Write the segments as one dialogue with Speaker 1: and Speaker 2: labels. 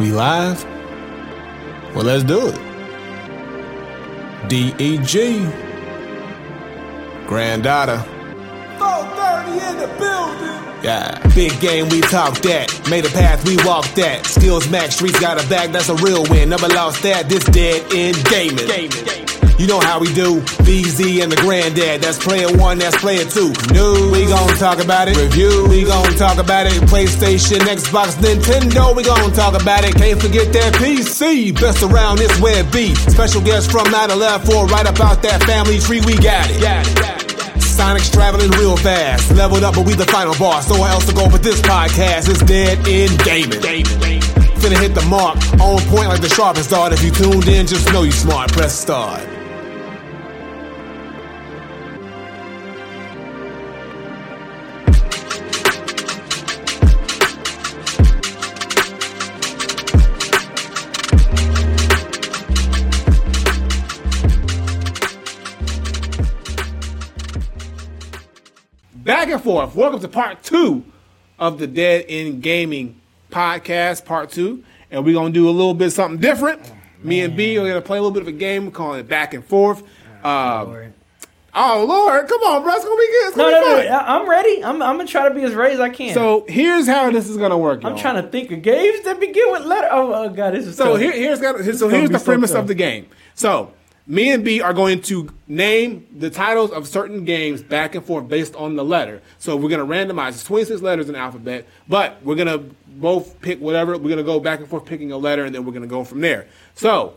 Speaker 1: We live? Well, let's do it. DEG. Granddaughter.
Speaker 2: 430 in the building.
Speaker 1: Yeah. Big game, we talk that. Made a path, we walk that. Skills max, streets got a bag, that's a real win. Never lost that, this dead end gaming. You know how we do. BZ and the granddad, that's player one, that's player two. New, we gon' talk about it. Review, we gon' talk about it. PlayStation, Xbox, Nintendo, we gon' talk about it. Can't forget that PC. Best around this web be. Special guest from out of left for right about that family tree, we got it. Got it, got it. Sonic's traveling real fast. Leveled up, but we the final boss. So what else to go but this podcast is dead in gaming. Finna hit the mark, on point like the sharpest dart. If you tuned in, just know you smart. Press start.
Speaker 2: Back and forth. Welcome to part two of the Dead End Gaming podcast, part two. And we're going to do a little bit something different. Me and B are going to play a little bit of a game. We're calling it Back and Forth. Uh, oh, Lord. Come on, bro. It's going to be good. It's
Speaker 3: No,
Speaker 2: going
Speaker 3: no,
Speaker 2: to
Speaker 3: no.
Speaker 2: be fun.
Speaker 3: I- I'm ready. I'm, I'm gonna try to be as ready as I can.
Speaker 2: So here's how this is going to work.
Speaker 3: I'm trying to think of games that begin with letter. Oh, oh God, this is
Speaker 2: So
Speaker 3: tough.
Speaker 2: here, here's got so
Speaker 3: gonna
Speaker 2: here's
Speaker 3: be
Speaker 2: the
Speaker 3: so
Speaker 2: premise
Speaker 3: tough.
Speaker 2: of the game. So me and B are going to name the titles of certain games back and forth based on the letter. So we're gonna randomize it's 26 letters in the alphabet, but we're gonna both pick whatever. We're gonna go back and forth picking a letter, and then we're gonna go from there. So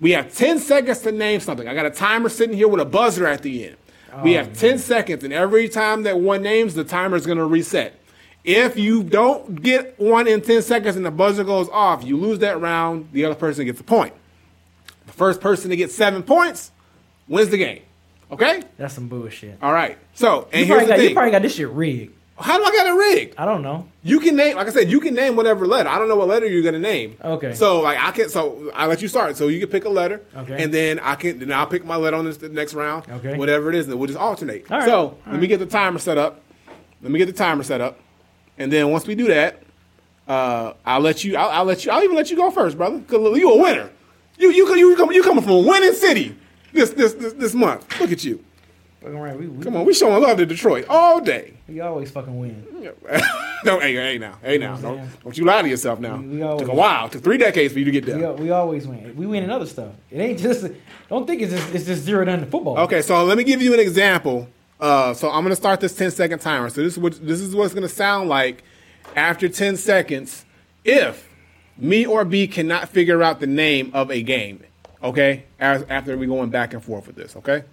Speaker 2: we have 10 seconds to name something. I got a timer sitting here with a buzzer at the end. we have 10 seconds, and every time that one names, the timer is gonna reset. If you don't get one in 10 seconds and the buzzer goes off, you lose that round. The other person gets a point. The first person to get seven points wins the game. Okay?
Speaker 3: That's some bullshit.
Speaker 2: All right. So, and
Speaker 3: You
Speaker 2: here's
Speaker 3: probably,
Speaker 2: the
Speaker 3: got, you
Speaker 2: thing.
Speaker 3: probably got this shit rigged.
Speaker 2: How do I get it rigged?
Speaker 3: I don't know.
Speaker 2: You can name, like I said, you can name whatever letter. I don't know what letter you're gonna name.
Speaker 3: Okay.
Speaker 2: So like I can, so I let you start. So you can pick a letter.
Speaker 3: Okay.
Speaker 2: And then I can, then I'll pick my letter on this the next round.
Speaker 3: Okay.
Speaker 2: Whatever it is, then we'll just alternate.
Speaker 3: All right.
Speaker 2: So
Speaker 3: All
Speaker 2: let me get the timer set up. Let me get the timer set up, and then once we do that, uh, I'll let you. I'll, I'll let you. I'll even let you go first, brother. Cause you a winner. You you co- you coming you coming from a winning city this this this, this month. Look at you.
Speaker 3: Fucking right. We, we,
Speaker 2: Come on, we showing love to Detroit all day.
Speaker 3: we always fucking win.
Speaker 2: Don't hey, hey now, hey now.
Speaker 3: saying?
Speaker 2: Don't, don't you lie to yourself now.
Speaker 3: We- we
Speaker 2: Took
Speaker 3: always-
Speaker 2: a while, took three decades for you to get
Speaker 3: We,
Speaker 2: there.
Speaker 3: al- we always win. We win in other stuff. It ain't just. Don't think it's just it's just zeroed down to football.
Speaker 2: Okay, so let me give you an example. Uh, so I'm gonna start this 10 second timer. So this is what this is what it's gonna sound like after 10 seconds if me or B cannot figure out the name of a game. Okay, As, after we going back and forth with this. Okay,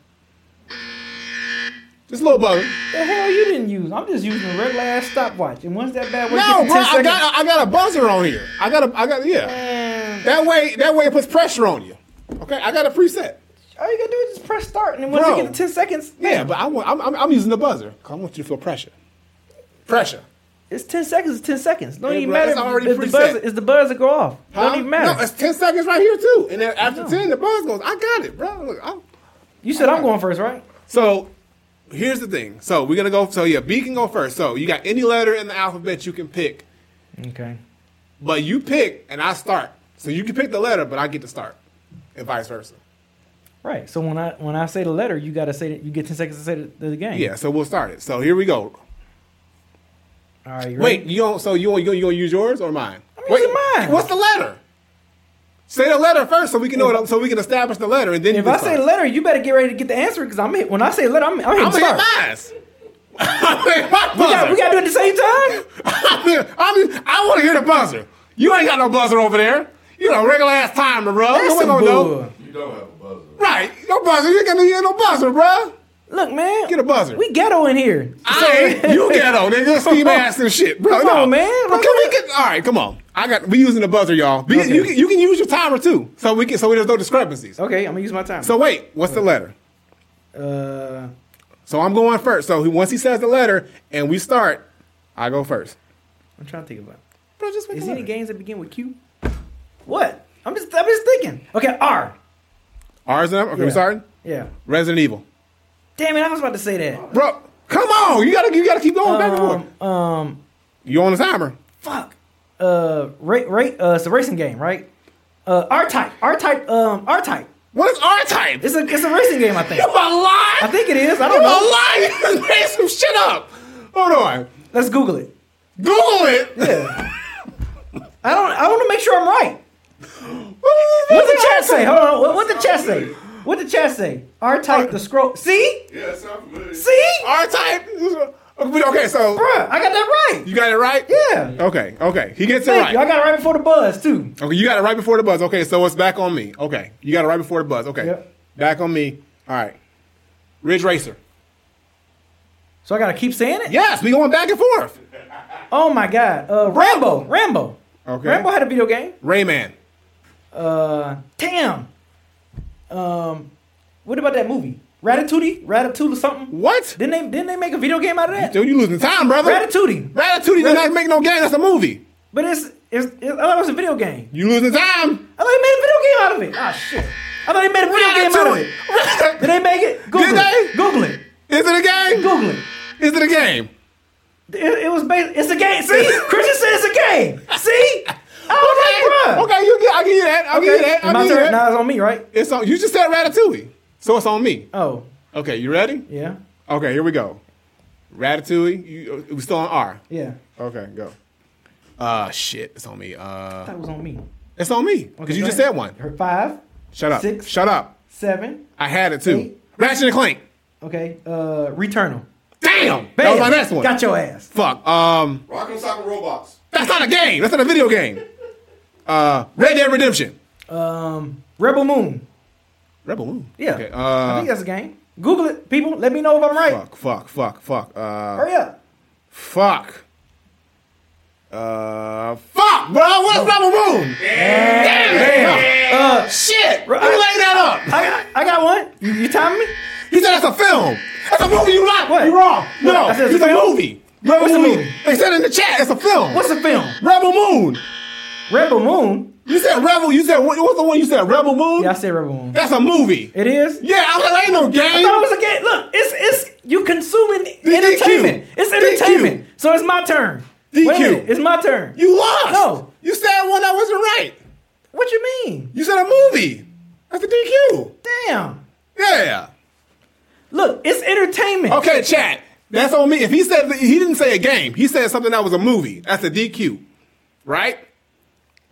Speaker 2: just a little buzzer.
Speaker 3: The hell you didn't use. I'm just using a regular ass stopwatch. And once that bad way
Speaker 2: No, bro,
Speaker 3: gets to 10
Speaker 2: I
Speaker 3: seconds,
Speaker 2: got I got a buzzer on here. I got a I got yeah. That way that way it puts pressure on you. Okay, I got a preset.
Speaker 3: all you gotta do is just press start, and then once
Speaker 2: Bro.
Speaker 3: you get to 10 seconds,
Speaker 2: Yeah, but I want, I'm, I'm, I'm using the buzzer. 'cause I want you to feel pressure. Pressure.
Speaker 3: it's 10 seconds. It's 10 seconds. Don't
Speaker 2: Yeah,
Speaker 3: even
Speaker 2: bro,
Speaker 3: matter.
Speaker 2: it's already
Speaker 3: if the
Speaker 2: preset.
Speaker 3: buzzer, is the buzzer go off?
Speaker 2: Huh?
Speaker 3: Don't even matter.
Speaker 2: No, it's 10 seconds right here, too. And then after 10, the buzz goes. I got it, bro. Look, I'm-
Speaker 3: you said I'm going first, right?
Speaker 2: So here's the thing. So we're going to go. So, yeah, B can go first. So you got any letter in the alphabet you can pick,
Speaker 3: Okay.
Speaker 2: but you pick and I start. So you can pick the letter, but I get to start, and vice versa.
Speaker 3: Right. So when I when I say the letter, you gotta say that you get ten seconds to say the, the game.
Speaker 2: Yeah, so we'll start it. So here we go.
Speaker 3: All right. You
Speaker 2: Wait,
Speaker 3: ready?
Speaker 2: you don't, so you, you, you going to use yours or mine?
Speaker 3: I mean, What's in mine?
Speaker 2: What's the letter? Say the letter first, so we can know it. So we can establish the letter, and then
Speaker 3: if
Speaker 2: you
Speaker 3: I
Speaker 2: start.
Speaker 3: say letter, you better get ready to get the answer because I'm hit. When I say letter, I'm, I'm hitting
Speaker 2: I'm
Speaker 3: start.
Speaker 2: in mines. I'm in my
Speaker 3: We got,
Speaker 2: buzzer.
Speaker 3: we got to do it at the same time.
Speaker 2: I'm in- I'm in- I want to hear the buzzer. You ain't got no buzzer over there. You got a regular ass timer, bro.
Speaker 3: That's
Speaker 2: Oh, no one
Speaker 3: some
Speaker 2: gonna know.
Speaker 3: bull.
Speaker 2: Right, no buzzer. You ain't got no, you ain't no buzzer, bro.
Speaker 3: Look, man.
Speaker 2: Get a buzzer.
Speaker 3: We ghetto in here.
Speaker 2: I ain't. You ghetto, nigga. Steve ass and shit, bro.
Speaker 3: Come
Speaker 2: no.
Speaker 3: on, man.
Speaker 2: But can we get? All right, come on. I got. We using the buzzer, y'all. Be,
Speaker 3: Okay.
Speaker 2: you, can- you can use your timer too, so we can. So there's no discrepancies.
Speaker 3: Okay, I'm gonna use my time.
Speaker 2: So wait, what's the letter?
Speaker 3: uh,
Speaker 2: So I'm going first. So he, once he says the letter and we start, I go first.
Speaker 3: I'm trying to think about. It.
Speaker 2: Bro, just wait.
Speaker 3: Is
Speaker 2: the
Speaker 3: there any
Speaker 2: letter.
Speaker 3: games that begin with Q? What? I'm just I'm just thinking. Okay, R.
Speaker 2: R's number. Okay, we
Speaker 3: Yeah.
Speaker 2: starting.
Speaker 3: Yeah.
Speaker 2: Resident Evil.
Speaker 3: Damn it, I was about to say that.
Speaker 2: Bro, come on. You gotta. You gotta keep going back and forth.
Speaker 3: Um, um
Speaker 2: You on the timer?
Speaker 3: fuck. Uh, rate, rate. Uh, it's a racing game, right? Uh, R type, R type, um, R type.
Speaker 2: What is R type?
Speaker 3: It's a it's a racing game, I think.
Speaker 2: You a lie?
Speaker 3: I think it is. I
Speaker 2: You
Speaker 3: don't
Speaker 2: a
Speaker 3: know.
Speaker 2: lie? You just made some shit up. Hold on.
Speaker 3: Let's Google it.
Speaker 2: Google it.
Speaker 3: Yeah. I don't. I want to make sure I'm right.
Speaker 2: What
Speaker 3: What did the chat say? Hold on. What, what did the chat say? What did the chat say? R type the scroll. See?
Speaker 4: Yeah, sounds familiar.
Speaker 3: See?
Speaker 2: R type. Okay, so
Speaker 3: Bruh, I got that right.
Speaker 2: you got it right.
Speaker 3: Yeah.
Speaker 2: Okay. Okay. He gets it
Speaker 3: Thank
Speaker 2: right.
Speaker 3: you. I got it right before the buzz too.
Speaker 2: Okay, you got it right before the buzz. Okay, so it's back on me. Okay, you got it right before the buzz. Okay,
Speaker 3: Yep.
Speaker 2: back on me. All right, Ridge Racer.
Speaker 3: So I gotta keep saying it.
Speaker 2: Yes, we going back and forth.
Speaker 3: Oh my god. Uh, Rambo. Rambo.
Speaker 2: Okay.
Speaker 3: Rambo had a video game.
Speaker 2: Rayman.
Speaker 3: Uh, damn. Um, what about that movie? Ratatouille. Ratatouille something.
Speaker 2: What?
Speaker 3: Didn't they didn't they make a video game out of that?
Speaker 2: Dude, you losing time, brother.
Speaker 3: Ratatouille.
Speaker 2: Ratatouille does not make no game. That's a movie.
Speaker 3: But it's, it's, it's I thought it was a video game.
Speaker 2: You losing time.
Speaker 3: I thought they made a video game out of it. Ah, shit. I thought they made a video game out of it. Did they make it? Google
Speaker 2: Did
Speaker 3: it.
Speaker 2: they?
Speaker 3: Google it.
Speaker 2: Is it a game?
Speaker 3: Google it.
Speaker 2: Is it a game?
Speaker 3: It, it was based. It's a game. See, Christian said it's a game. See, I was like, bruh.
Speaker 2: Okay, you get. I give you that. I will give you that. I
Speaker 3: My
Speaker 2: give you
Speaker 3: turn.
Speaker 2: that.
Speaker 3: Now it's on me, right?
Speaker 2: It's on. You just said Ratatouille, so it's on me.
Speaker 3: Oh,
Speaker 2: Okay, you ready?
Speaker 3: yeah,
Speaker 2: Okay, here we go. Ratatouille. You, uh, we still on R.
Speaker 3: yeah.
Speaker 2: Okay, go. Uh, shit, it's on me. Uh,
Speaker 3: That was on me.
Speaker 2: it's on me because
Speaker 3: Okay,
Speaker 2: you
Speaker 3: go
Speaker 2: just
Speaker 3: ahead.
Speaker 2: said one.
Speaker 3: Five,
Speaker 2: Shut up.
Speaker 3: Six.
Speaker 2: Shut up.
Speaker 3: seven.
Speaker 2: I had it too.
Speaker 3: Eight.
Speaker 2: Ratchet and Clank.
Speaker 3: Okay. Uh, Returnal.
Speaker 2: Damn, that
Speaker 3: Bam.
Speaker 2: was my next one.
Speaker 3: Got your ass.
Speaker 2: Fuck. Um,
Speaker 4: Rock'em Sock'em Robots.
Speaker 2: that's not a game. That's not a video game. Uh, Red Dead Redemption.
Speaker 3: Um, Rebel Moon.
Speaker 2: Rebel Moon.
Speaker 3: Yeah.
Speaker 2: Okay.
Speaker 3: I
Speaker 2: Uh,
Speaker 3: think that's a game. Google it, people. Let me know if I'm right.
Speaker 2: fuck. Fuck. Fuck. Fuck. Uh,
Speaker 3: Hurry up.
Speaker 2: fuck. Uh, fuck, bro. What's Rebel Moon? Damn. it. Uh, shit. You laid that up.
Speaker 3: I got, I got one. You, you timing me?
Speaker 2: He said that's a film. That's a movie you like.
Speaker 3: What?
Speaker 2: You wrong.
Speaker 3: What?
Speaker 2: No,
Speaker 3: I said
Speaker 2: it's,
Speaker 3: it's
Speaker 2: a
Speaker 3: a film?
Speaker 2: movie. Rebel
Speaker 3: What's a
Speaker 2: Moon.
Speaker 3: movie?
Speaker 2: They said in the chat it's a film.
Speaker 3: What's the film?
Speaker 2: Rebel Moon?
Speaker 3: Rebel Moon.
Speaker 2: You said Rebel. You said what- what's the one you said? Rebel Moon.
Speaker 3: Yeah, I said Rebel Moon.
Speaker 2: That's a movie.
Speaker 3: It is.
Speaker 2: Yeah, I was like, ain't no game.
Speaker 3: I thought it was a game. Look, it's it's you consuming
Speaker 2: DQ.
Speaker 3: entertainment. It's
Speaker 2: DQ.
Speaker 3: entertainment. So it's my turn. Wait a
Speaker 2: DQ.
Speaker 3: minute, It's my turn.
Speaker 2: you lost.
Speaker 3: No.
Speaker 2: you said one that wasn't right.
Speaker 3: What you mean?
Speaker 2: You said a movie. That's a DQ.
Speaker 3: Damn.
Speaker 2: Yeah.
Speaker 3: Look, it's entertainment.
Speaker 2: Okay, chat. That's on me. If he said he didn't say a game, he said something that was a movie. That's a DQ, right?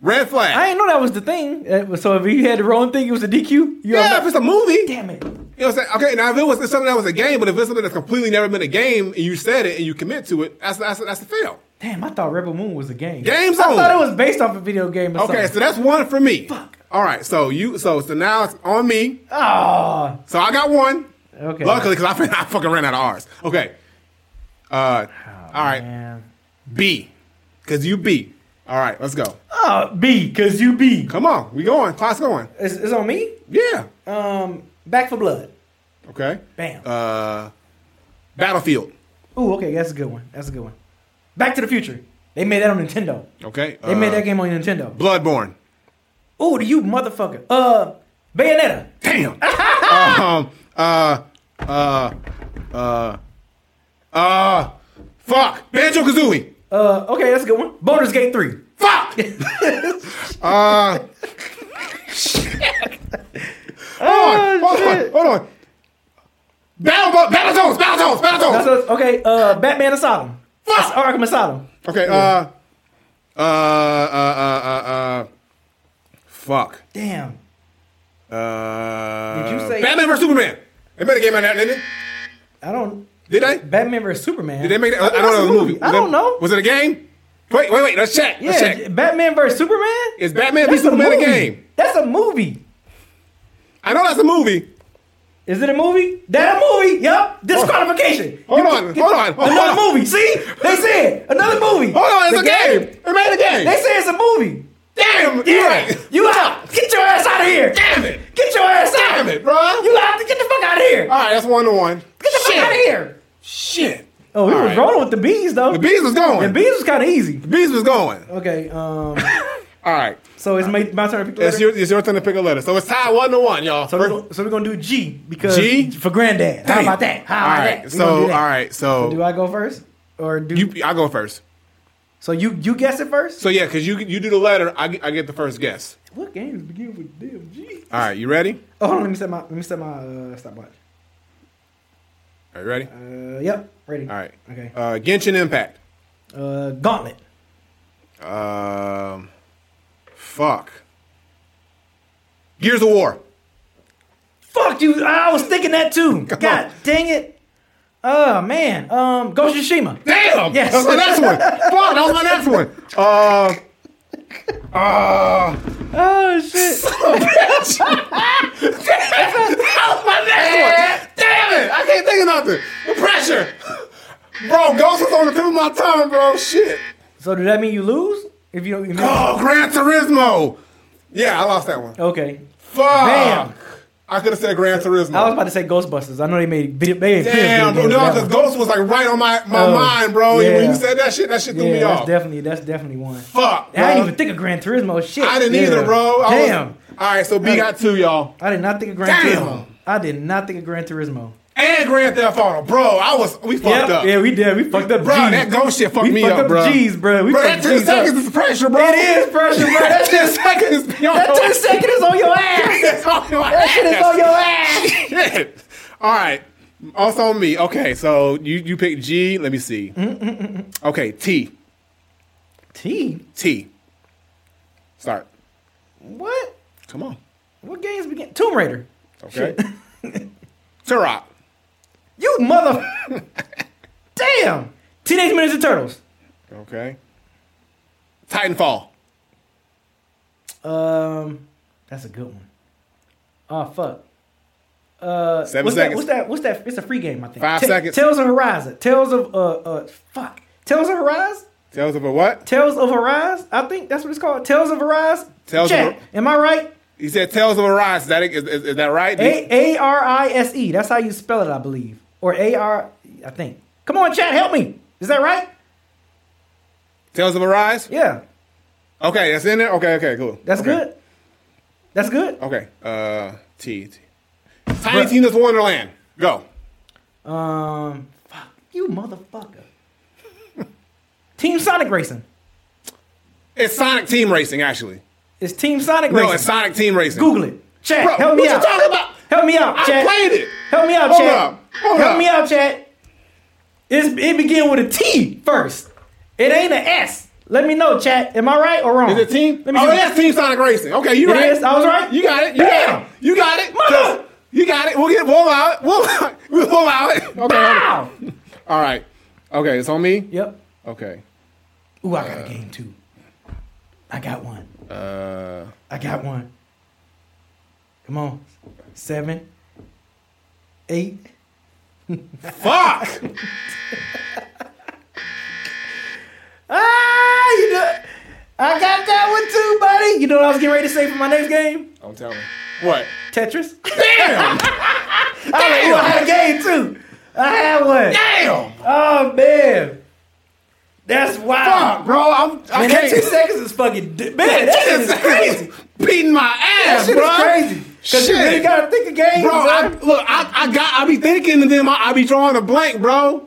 Speaker 2: Red flag.
Speaker 3: I didn't know that was the thing. That was- So if you had the wrong thing, it was a DQ. You
Speaker 2: yeah, if it's a movie.
Speaker 3: damn it.
Speaker 2: You know what I'm saying? Okay, now if it was something that was a game, but if it's something that's completely never been a game and you said it and you commit to it, that's that's that's a fail.
Speaker 3: Damn, I thought Rebel Moon was a game.
Speaker 2: Game's
Speaker 3: I thought
Speaker 2: over.
Speaker 3: it was based off a video game. Or
Speaker 2: Okay, so
Speaker 3: something.
Speaker 2: that's one for me. Fuck. All right, so you so so now it's on me.
Speaker 3: Ah.
Speaker 2: So I got one.
Speaker 3: okay.
Speaker 2: Luckily, because I, fin- I fucking ran out of R's. Okay. Uh, all right,
Speaker 3: Oh, Man.
Speaker 2: B, because you B. All right, let's go.
Speaker 3: Oh, B, cause you B.
Speaker 2: Come on, we going. Class going.
Speaker 3: It's, it's on me.
Speaker 2: Yeah.
Speaker 3: Um, Back for Blood.
Speaker 2: Okay.
Speaker 3: Bam.
Speaker 2: Uh, Battlefield.
Speaker 3: Ooh, okay, that's a good one. That's a good one. Back to the Future. They made that on Nintendo.
Speaker 2: Okay.
Speaker 3: They made that
Speaker 2: uh,
Speaker 3: game on Nintendo.
Speaker 2: Bloodborne.
Speaker 3: Ooh, do you motherfucker. Uh, Bayonetta.
Speaker 2: Damn. um. Uh. Uh. Uh. Uh. Fuck. Banjo Kazooie.
Speaker 3: Uh, okay, that's a good one. Baldur's Gate 3.
Speaker 2: Fuck. uh.
Speaker 3: Oh,
Speaker 2: hold on. Hold on. Hold on. Battle. Battle Battletoads. Battletoads.
Speaker 3: That's
Speaker 2: Battletoads.
Speaker 3: what- okay, uh, Batman Asylum. That's Arkham Asylum.
Speaker 2: Okay. Uh. Uh. Uh. Uh. Fuck.
Speaker 3: Damn.
Speaker 2: Uh,
Speaker 3: Did you say-
Speaker 2: Batman vs Superman? They made a game out of that, didn't
Speaker 3: I don't.
Speaker 2: they? Did they?
Speaker 3: Batman vs Superman.
Speaker 2: Did they make that? I,
Speaker 3: think
Speaker 2: don't
Speaker 3: that's
Speaker 2: know.
Speaker 3: a
Speaker 2: the movie.
Speaker 3: I
Speaker 2: Was
Speaker 3: don't
Speaker 2: it-
Speaker 3: know.
Speaker 2: Was it a game? Wait, wait, wait. Let's check. Let's
Speaker 3: yeah,
Speaker 2: check.
Speaker 3: Batman vs Superman.
Speaker 2: Is Batman v Superman a
Speaker 3: movie.
Speaker 2: game?
Speaker 3: That's a movie.
Speaker 2: I know that's a movie.
Speaker 3: Is it a movie? That a movie? Yup. Disqualification.
Speaker 2: Hold on, hold on, hold
Speaker 3: another
Speaker 2: on.
Speaker 3: movie. See, they said another movie.
Speaker 2: Hold on, it's
Speaker 3: The
Speaker 2: a game. They made a game.
Speaker 3: They say it's a movie.
Speaker 2: Damn,
Speaker 3: Yeah,
Speaker 2: you're right.
Speaker 3: you out. Get your ass out of here.
Speaker 2: Damn it.
Speaker 3: Get your ass out.
Speaker 2: Damn it, bruh.
Speaker 3: You out. Get the fuck out of here.
Speaker 2: All right, that's one to one.
Speaker 3: Get the fuck out of here.
Speaker 2: Shit.
Speaker 3: Oh, we
Speaker 2: All
Speaker 3: was
Speaker 2: right.
Speaker 3: rolling with the bees though.
Speaker 2: The bees was going.
Speaker 3: The bees was kind of easy.
Speaker 2: Bees was going.
Speaker 3: Okay. Um.
Speaker 2: All right.
Speaker 3: So it's my, my turn to pick. a
Speaker 2: It's
Speaker 3: letter?
Speaker 2: your, it's your turn to pick a letter. So it's tied one to one, y'all.
Speaker 3: So we're, gonna, so we're gonna do G because
Speaker 2: G?
Speaker 3: for granddad. How
Speaker 2: Damn.
Speaker 3: about that? How
Speaker 2: all
Speaker 3: about
Speaker 2: right.
Speaker 3: that? We gonna
Speaker 2: So
Speaker 3: do
Speaker 2: all
Speaker 3: that.
Speaker 2: right. So,
Speaker 3: Do I go first or do
Speaker 2: you, I go first.
Speaker 3: So you you guess it first?
Speaker 2: So yeah, because you you do the letter, I, get- I get the first guess.
Speaker 3: what games begin with DMG?
Speaker 2: All right, you ready?
Speaker 3: Oh, hold on, let me set my let me set my uh, stopwatch.
Speaker 2: Are you ready? All
Speaker 3: Uh, yep, ready. All
Speaker 2: right.
Speaker 3: Okay.
Speaker 2: Uh, Genshin Impact.
Speaker 3: Uh, Gauntlet.
Speaker 2: Um, fuck. Gears of War.
Speaker 3: Fuck you! I was thinking that too. God dang it! Oh man. Um, Ghost of Tsushima.
Speaker 2: Damn.
Speaker 3: Yes.
Speaker 2: That's my next one. Fuck. That was my next one. Uh,
Speaker 3: Oh shit!
Speaker 2: that was my next one. Damn it! I can't think of nothing. The pressure. Bro, Ghost was on the tip of my tongue, bro. Shit.
Speaker 3: so does that mean you lose if you don't? If you
Speaker 2: Oh, Gran Turismo. Yeah, I lost that one.
Speaker 3: Okay.
Speaker 2: Fuck.
Speaker 3: Damn.
Speaker 2: I could have said Gran Turismo.
Speaker 3: I was about to say Ghostbusters. I know they made video. They made
Speaker 2: Damn, bro.
Speaker 3: video games
Speaker 2: No,
Speaker 3: of that
Speaker 2: because
Speaker 3: one.
Speaker 2: Ghost was like right on my, my
Speaker 3: Oh,
Speaker 2: mind, bro. You- When
Speaker 3: yeah.
Speaker 2: you said that shit, that shit threw
Speaker 3: yeah,
Speaker 2: me
Speaker 3: that's
Speaker 2: off.
Speaker 3: definitely that's definitely one.
Speaker 2: Fuck.
Speaker 3: I
Speaker 2: bro.
Speaker 3: didn't even think of Gran Turismo. Shit.
Speaker 2: I didn't
Speaker 3: Yeah.
Speaker 2: either, bro. I was-
Speaker 3: Damn. Uh,
Speaker 2: all right, so B got two, y'all.
Speaker 3: I did not think of Gran
Speaker 2: Damn.
Speaker 3: Turismo. I did not think of Gran Turismo.
Speaker 2: And Grand Theft Auto, bro. I was we fucked
Speaker 3: Yep.
Speaker 2: up.
Speaker 3: Yeah, we did. We fucked up.
Speaker 2: Bro,
Speaker 3: G's.
Speaker 2: that ghost shit fucked
Speaker 3: we
Speaker 2: me
Speaker 3: fucked
Speaker 2: up, bro.
Speaker 3: G's, bro. We
Speaker 2: bro, that
Speaker 3: fucked
Speaker 2: ten
Speaker 3: G's up.
Speaker 2: seconds is pressure, bro.
Speaker 3: It is pressure, bro.
Speaker 2: that
Speaker 3: That
Speaker 2: ten
Speaker 3: shit-
Speaker 2: seconds.
Speaker 3: That two second is on your ass.
Speaker 2: is on your
Speaker 3: That shit is on your ass.
Speaker 2: Shit. All right. Also on me. Okay, so you you pick G. Let me see.
Speaker 3: Mm,
Speaker 2: Okay, T
Speaker 3: T.
Speaker 2: T. Start.
Speaker 3: What?
Speaker 2: Come on.
Speaker 3: What games begin? Tomb Raider.
Speaker 2: Okay. Turok.
Speaker 3: You mother. Damn. Teenage Mutant Ninja Turtles.
Speaker 2: Okay. Titanfall.
Speaker 3: Um, that's a good one. Oh fuck. Uh,
Speaker 2: Seven
Speaker 3: what's
Speaker 2: seconds.
Speaker 3: That, what's that? What's that? It's a free game, I think.
Speaker 2: Five
Speaker 3: Ta-
Speaker 2: seconds.
Speaker 3: Tales of Horizon. Tales of uh uh fuck. Tales of Horizon.
Speaker 2: Tales of a what?
Speaker 3: Tales of Arise. I think that's what it's called. Tales of Arise.
Speaker 2: Tales of
Speaker 3: Chat.
Speaker 2: Ar-
Speaker 3: Am I right?
Speaker 2: He said Tales of Arise. Is that is, is, is that right?
Speaker 3: A A R I S E. That's how you spell it, I believe. Or A R. I think. Come on, chat. Help me. Is that right?
Speaker 2: Tales of Arise.
Speaker 3: Yeah.
Speaker 2: Okay, that's in there. Okay, okay, cool.
Speaker 3: That's
Speaker 2: Okay.
Speaker 3: good. That's good.
Speaker 2: Okay. Uh, T. T. Tiny Tina's Wonderland. Go.
Speaker 3: Um. Fuck you, motherfucker. Team Sonic Racing.
Speaker 2: It's Sonic Team Racing, actually.
Speaker 3: It's Team Sonic Racing.
Speaker 2: No, it's Sonic Team Racing.
Speaker 3: Google it. Chat,
Speaker 2: Bro,
Speaker 3: help me
Speaker 2: what
Speaker 3: out.
Speaker 2: you talking about?
Speaker 3: Help me out,
Speaker 2: I
Speaker 3: chat.
Speaker 2: played it.
Speaker 3: Help me out,
Speaker 2: Hold
Speaker 3: chat.
Speaker 2: up. Hold
Speaker 3: help
Speaker 2: up.
Speaker 3: me out, chat. It's, it begin with a T first. It ain't an S. Let me know, chat. Am I right or wrong?
Speaker 2: Is it Team?
Speaker 3: Let me
Speaker 2: oh,
Speaker 3: see.
Speaker 2: that's Team Sonic Racing. Okay, you
Speaker 3: It
Speaker 2: right.
Speaker 3: is? I was right?
Speaker 2: You got it. You
Speaker 3: Bam.
Speaker 2: got it. You got it.
Speaker 3: Mother.
Speaker 2: You got it. We'll get. We'll allow it. We'll allow it. We'll allow it. Okay. hold on.
Speaker 3: Bow.
Speaker 2: All right. Okay, it's on me.
Speaker 3: Yep.
Speaker 2: Okay.
Speaker 3: Ooh, I got a game too. I got one.
Speaker 2: Uh,
Speaker 3: I got one. Come on. Seven. Eight.
Speaker 2: fuck.
Speaker 3: Ah, you know, I got that one too, buddy. You know what I was getting ready to say for my next game?
Speaker 2: I'm telling. you. What?
Speaker 3: Tetris.
Speaker 2: Damn.
Speaker 3: I, ooh, I had a game too. I had one.
Speaker 2: Damn.
Speaker 3: Oh man, that's
Speaker 2: Fuck,
Speaker 3: wild.
Speaker 2: bro. I'm. I
Speaker 3: Man, that
Speaker 2: can't.
Speaker 3: two seconds is fucking di- man. That shit is crazy.
Speaker 2: Beating my
Speaker 3: That
Speaker 2: ass,
Speaker 3: shit
Speaker 2: bro.
Speaker 3: is crazy. Cause you really gotta think of games,
Speaker 2: bro.
Speaker 3: bro.
Speaker 2: I, look, I, I got. I be thinking, and then I, I be drawing a blank, bro.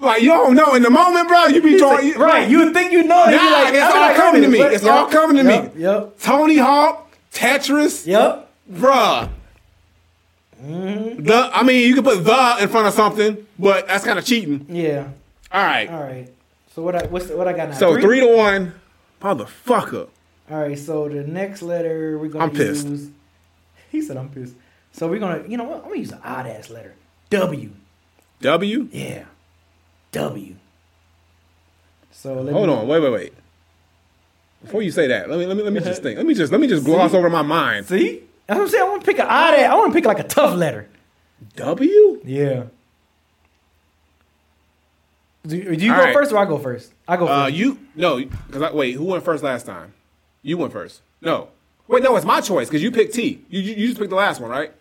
Speaker 2: Like you don't know in the moment, bro. You be drawing. you-
Speaker 3: right? You would think you know? it,
Speaker 2: Nah,
Speaker 3: you like,
Speaker 2: it's
Speaker 3: I'm
Speaker 2: all
Speaker 3: like, wait a
Speaker 2: coming to
Speaker 3: minute,
Speaker 2: me.
Speaker 3: what?
Speaker 2: It's
Speaker 3: Yup,
Speaker 2: all coming to
Speaker 3: yup,
Speaker 2: me.
Speaker 3: Yup.
Speaker 2: Tony Hawk, Tetris,
Speaker 3: Yup.
Speaker 2: bruh.
Speaker 3: Mm-hmm.
Speaker 2: The I mean, you can put the in front of something, but that's kind of cheating.
Speaker 3: Yeah.
Speaker 2: All right.
Speaker 3: All right. So what? I, what's what I got now?
Speaker 2: So three to one, motherfucker.
Speaker 3: All All right, so the next letter we're gonna
Speaker 2: I'm pissed.
Speaker 3: use. He said I'm pissed. So we're gonna, you know what? I'm gonna use an odd ass letter. W.
Speaker 2: W.
Speaker 3: Yeah. W. So let
Speaker 2: Hold
Speaker 3: me,
Speaker 2: on, wait, wait, wait. Before you say that, let me let me let me just think. Let me just let me just gloss over my mind.
Speaker 3: See, that's what I'm saying. I want to pick an odd ass. I want to pick like a tough letter.
Speaker 2: W.
Speaker 3: Yeah. Do, do you
Speaker 2: All
Speaker 3: go
Speaker 2: right.
Speaker 3: first or I go first? I go
Speaker 2: Uh,
Speaker 3: first.
Speaker 2: you no, because I wait. Who went first last time? You went first. No, wait, no, it's my choice because you picked T. You, you you just picked the last one, right?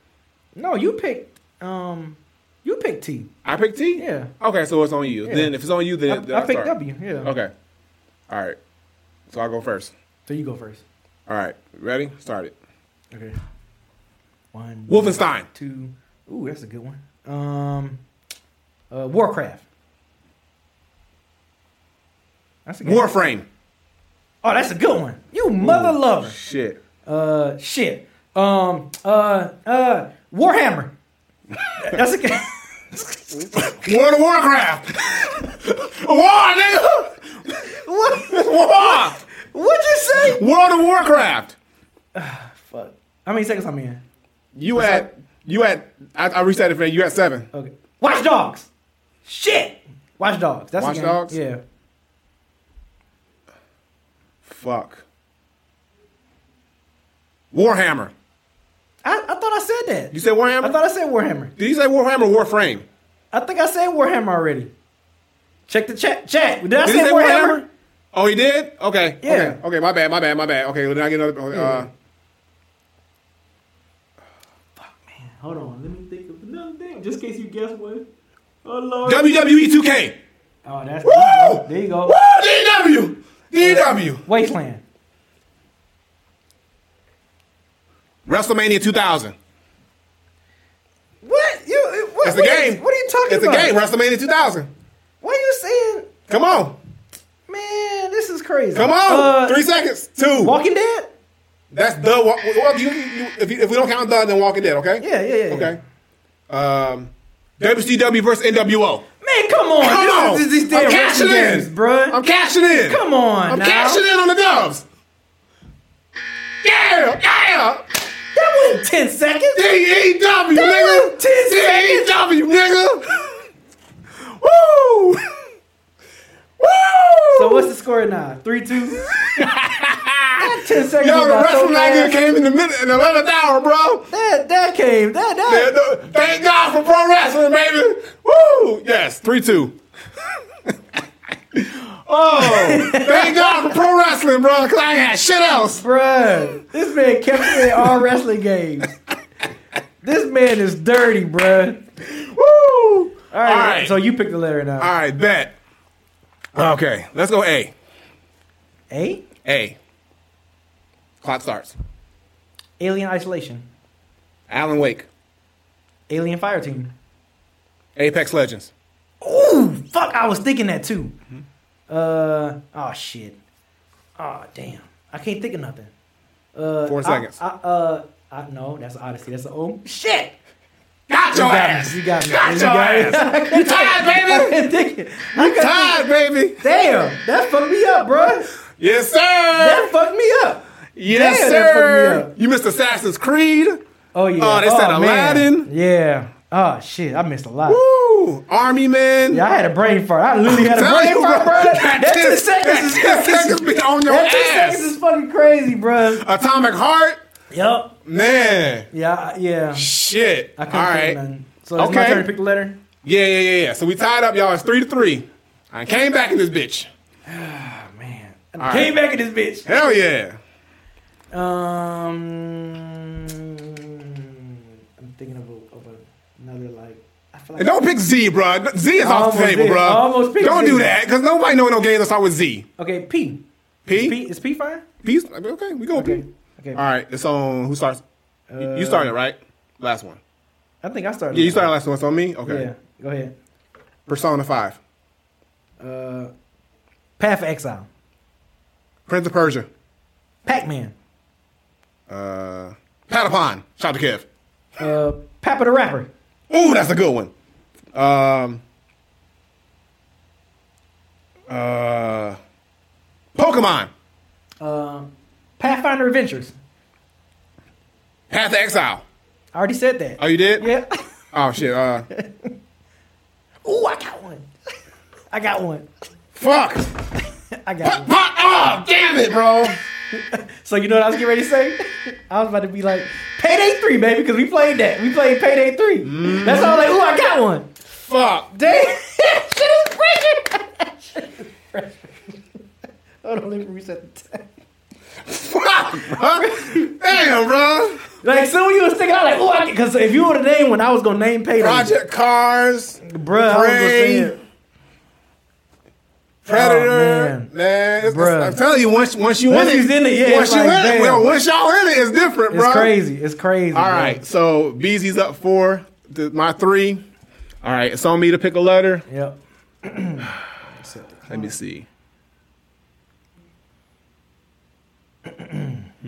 Speaker 3: no, you picked. Um, you picked T.
Speaker 2: I picked T.
Speaker 3: Yeah.
Speaker 2: Okay, so it's on you.
Speaker 3: Yeah.
Speaker 2: Then if it's on you,
Speaker 3: I,
Speaker 2: then, then
Speaker 3: I picked
Speaker 2: start.
Speaker 3: W. Yeah.
Speaker 2: Okay. All right. So I'll go first.
Speaker 3: So you go first.
Speaker 2: All right. Ready? Start it.
Speaker 3: Okay. One.
Speaker 2: Wolfenstein.
Speaker 3: Two. Ooh, that's a good one. Um, uh, Warcraft. That's a good
Speaker 2: Warframe.
Speaker 3: Oh, that's a good one. You mother lover.
Speaker 2: Shit.
Speaker 3: Uh, shit. Um, uh, uh, Warhammer. That's a good.
Speaker 2: World of Warcraft. War, nigga.
Speaker 3: what?
Speaker 2: War.
Speaker 3: What'd you say?
Speaker 2: World of Warcraft.
Speaker 3: Fuck. How many seconds I'm in?
Speaker 2: You at you at I, I reset it for you. You at seven.
Speaker 3: Okay. Watch Dogs. Shit. Watch Dogs. That's a
Speaker 2: Watch
Speaker 3: game.
Speaker 2: Dogs?
Speaker 3: Yeah.
Speaker 2: Fuck. Warhammer.
Speaker 3: I, I thought I said that.
Speaker 2: You said Warhammer.
Speaker 3: I thought I said Warhammer.
Speaker 2: Did you say Warhammer? or Warframe.
Speaker 3: I think I said Warhammer already. Check the chat. Chat. Did I
Speaker 2: Did
Speaker 3: say,
Speaker 2: he say
Speaker 3: Warhammer?
Speaker 2: Warhammer? Oh, he did. Okay.
Speaker 3: Yeah.
Speaker 2: Okay. Okay. My bad. My bad. My bad. Okay. Well, then I get another. Uh,
Speaker 3: Hold on. Let me think of another thing, just in case you guess one. Oh lord.
Speaker 2: WWE 2K.
Speaker 3: Oh, that's
Speaker 2: E Woo!
Speaker 3: there you go.
Speaker 2: Woo! DW. DW.
Speaker 3: Wasteland.
Speaker 2: WrestleMania 2000.
Speaker 3: What you? What,
Speaker 2: It's the
Speaker 3: what
Speaker 2: game.
Speaker 3: is- what are you talking
Speaker 2: it's
Speaker 3: about?
Speaker 2: It's the game. WrestleMania 2000.
Speaker 3: Why are you saying,
Speaker 2: Come on.
Speaker 3: man? This is crazy.
Speaker 2: Come on.
Speaker 3: Uh,
Speaker 2: Three seconds. Two.
Speaker 3: Walking Dead.
Speaker 2: That's the. Wa- well, you, you, if, you, if we don't count the, then Walking Dead. Okay.
Speaker 3: Yeah, yeah, yeah,
Speaker 2: Okay. Um, WCW versus NWO.
Speaker 3: Man, come on.
Speaker 2: Come
Speaker 3: this,
Speaker 2: on.
Speaker 3: Is, this is damn
Speaker 2: I'm cashing
Speaker 3: wrestling
Speaker 2: in.
Speaker 3: games, bruh.
Speaker 2: I'm cashing in.
Speaker 3: Come on
Speaker 2: I'm
Speaker 3: now.
Speaker 2: cashing in on the Doves. Yeah. Yeah.
Speaker 3: that wasn't ten seconds.
Speaker 2: D-E-W,
Speaker 3: Damn,
Speaker 2: nigga.
Speaker 3: ten
Speaker 2: D-E-W, nigga. Woo. Woo.
Speaker 3: So what's the score now? Three two. that ten seconds.
Speaker 2: Yo,
Speaker 3: was
Speaker 2: the
Speaker 3: about so
Speaker 2: wrestling idea
Speaker 3: fast.
Speaker 2: came in the minute, in the 11th hour, bro.
Speaker 3: That that came. That that.
Speaker 2: Yeah, no, Thank God for pro wrestling, baby. Woo! Yes, three two. oh, thank God for pro wrestling, bro. Cause I ain't had shit else.
Speaker 3: Bruh, this man kept me in all wrestling games. This man is dirty, bruh.
Speaker 2: Woo! All right.
Speaker 3: All right, so you pick the letter now.
Speaker 2: All right, bet. Okay, let's go. A.
Speaker 3: A?
Speaker 2: A. Clock starts.
Speaker 3: Alien Isolation.
Speaker 2: Alan Wake.
Speaker 3: Alien Fire Team.
Speaker 2: Apex Legends.
Speaker 3: Ooh, fuck, I was thinking that too. Uh, oh shit. Oh, damn. I can't think of nothing. Uh,
Speaker 2: Four seconds.
Speaker 3: I, I, uh, I, no, that's Odyssey. That's the old shit.
Speaker 2: Got your
Speaker 3: You got me.
Speaker 2: ass.
Speaker 3: You got me.
Speaker 2: Got
Speaker 3: You
Speaker 2: your
Speaker 3: got me.
Speaker 2: ass. You tired, baby?
Speaker 3: I'm thinking. I got-
Speaker 2: Tired, baby.
Speaker 3: Damn, that fucked me up, bruh.
Speaker 2: Yes, sir.
Speaker 3: That fucked me up.
Speaker 2: Yes,
Speaker 3: Yeah, that fucked me
Speaker 2: sir.
Speaker 3: up.
Speaker 2: You missed Assassin's Creed.
Speaker 3: Oh yeah.
Speaker 2: Oh, they said Aladdin.
Speaker 3: Yeah. Oh shit, I missed a lot.
Speaker 2: Woo! Army Man.
Speaker 3: Yeah, I had a brain fart. I literally had a
Speaker 2: Tell
Speaker 3: brain
Speaker 2: you,
Speaker 3: fart, bro.
Speaker 2: bro.
Speaker 3: That,
Speaker 2: That
Speaker 3: two
Speaker 2: ten-
Speaker 3: seconds is
Speaker 2: that ten seconds be on your
Speaker 3: that two
Speaker 2: ass.
Speaker 3: seconds is fucking crazy, bro.
Speaker 2: Atomic Heart.
Speaker 3: Yup.
Speaker 2: Man.
Speaker 3: Yeah, I- yeah.
Speaker 2: Shit.
Speaker 3: I
Speaker 2: All
Speaker 3: couldn't think
Speaker 2: right.
Speaker 3: of nothing. So it's my
Speaker 2: Okay.
Speaker 3: turn to pick the letter.
Speaker 2: Yeah, yeah, yeah, yeah. So we tied up, y'all. It's three to three. I came back in this bitch. Oh,
Speaker 3: Man, I came back at this
Speaker 2: Hell yeah.
Speaker 3: bitch. Um, I'm thinking of, a, of another like. I feel like
Speaker 2: And don't pick Z, bro. Z is off the
Speaker 3: Almost
Speaker 2: table,
Speaker 3: did.
Speaker 2: bro.
Speaker 3: Almost picked
Speaker 2: don't
Speaker 3: Z.
Speaker 2: do that, because nobody know no game that start with Z.
Speaker 3: okay, P.
Speaker 2: P?
Speaker 3: P is P fine.
Speaker 2: P's? Okay, we go with
Speaker 3: Okay, Uh,
Speaker 2: P.
Speaker 3: okay.
Speaker 2: All right, it's on who starts? You- you started, right? Last one.
Speaker 3: I think I started.
Speaker 2: Yeah, you started last one. It's on me? Okay.
Speaker 3: Yeah, go ahead.
Speaker 2: Persona 5.
Speaker 3: Uh, Path of Exile,
Speaker 2: Prince of Persia.
Speaker 3: Pac Man,
Speaker 2: Uh, Patapon. Shout out to Kev.
Speaker 3: uh, Papa the Rapper.
Speaker 2: Ooh, that's a good one. Um, uh, Pokemon.
Speaker 3: Um, Pathfinder Adventures.
Speaker 2: Path to Exile.
Speaker 3: I already said that.
Speaker 2: Oh, you did?
Speaker 3: yeah.
Speaker 2: Oh shit. Uh,
Speaker 3: Ooh, I got one. I got one.
Speaker 2: fuck.
Speaker 3: I got one.
Speaker 2: Oh damn it, bro.
Speaker 3: So you know what I was getting ready to say? I was about to be like, Payday 3, baby, because we played that. We played Payday 3. That's all like, ooh, I got one.
Speaker 2: Fuck.
Speaker 3: Damn, shit is pressure. Shit is pressure. Hold on, let me reset the time.
Speaker 2: Fuck, bro. Damn, bro.
Speaker 3: Like, so when you was thinking, I was like, oh, because if you were to name one, I was gonna name Payday.
Speaker 2: Project Cars,
Speaker 3: Bruh, I was gonna say
Speaker 2: Prey,
Speaker 3: it.
Speaker 2: Predator, man.
Speaker 3: Oh, man.
Speaker 2: it's-
Speaker 3: Bruh.
Speaker 2: I'm telling you, once once you
Speaker 3: Once
Speaker 2: in it,
Speaker 3: he's in it, yeah,
Speaker 2: once
Speaker 3: it's
Speaker 2: you in
Speaker 3: like,
Speaker 2: it,
Speaker 3: damn.
Speaker 2: well, once y'all in it, it's different,
Speaker 3: It's
Speaker 2: bro.
Speaker 3: crazy. It's crazy.
Speaker 2: All right, so BZ's up four, th- my three. All right, it's on me to pick a letter.
Speaker 3: Yep.
Speaker 2: Let me see.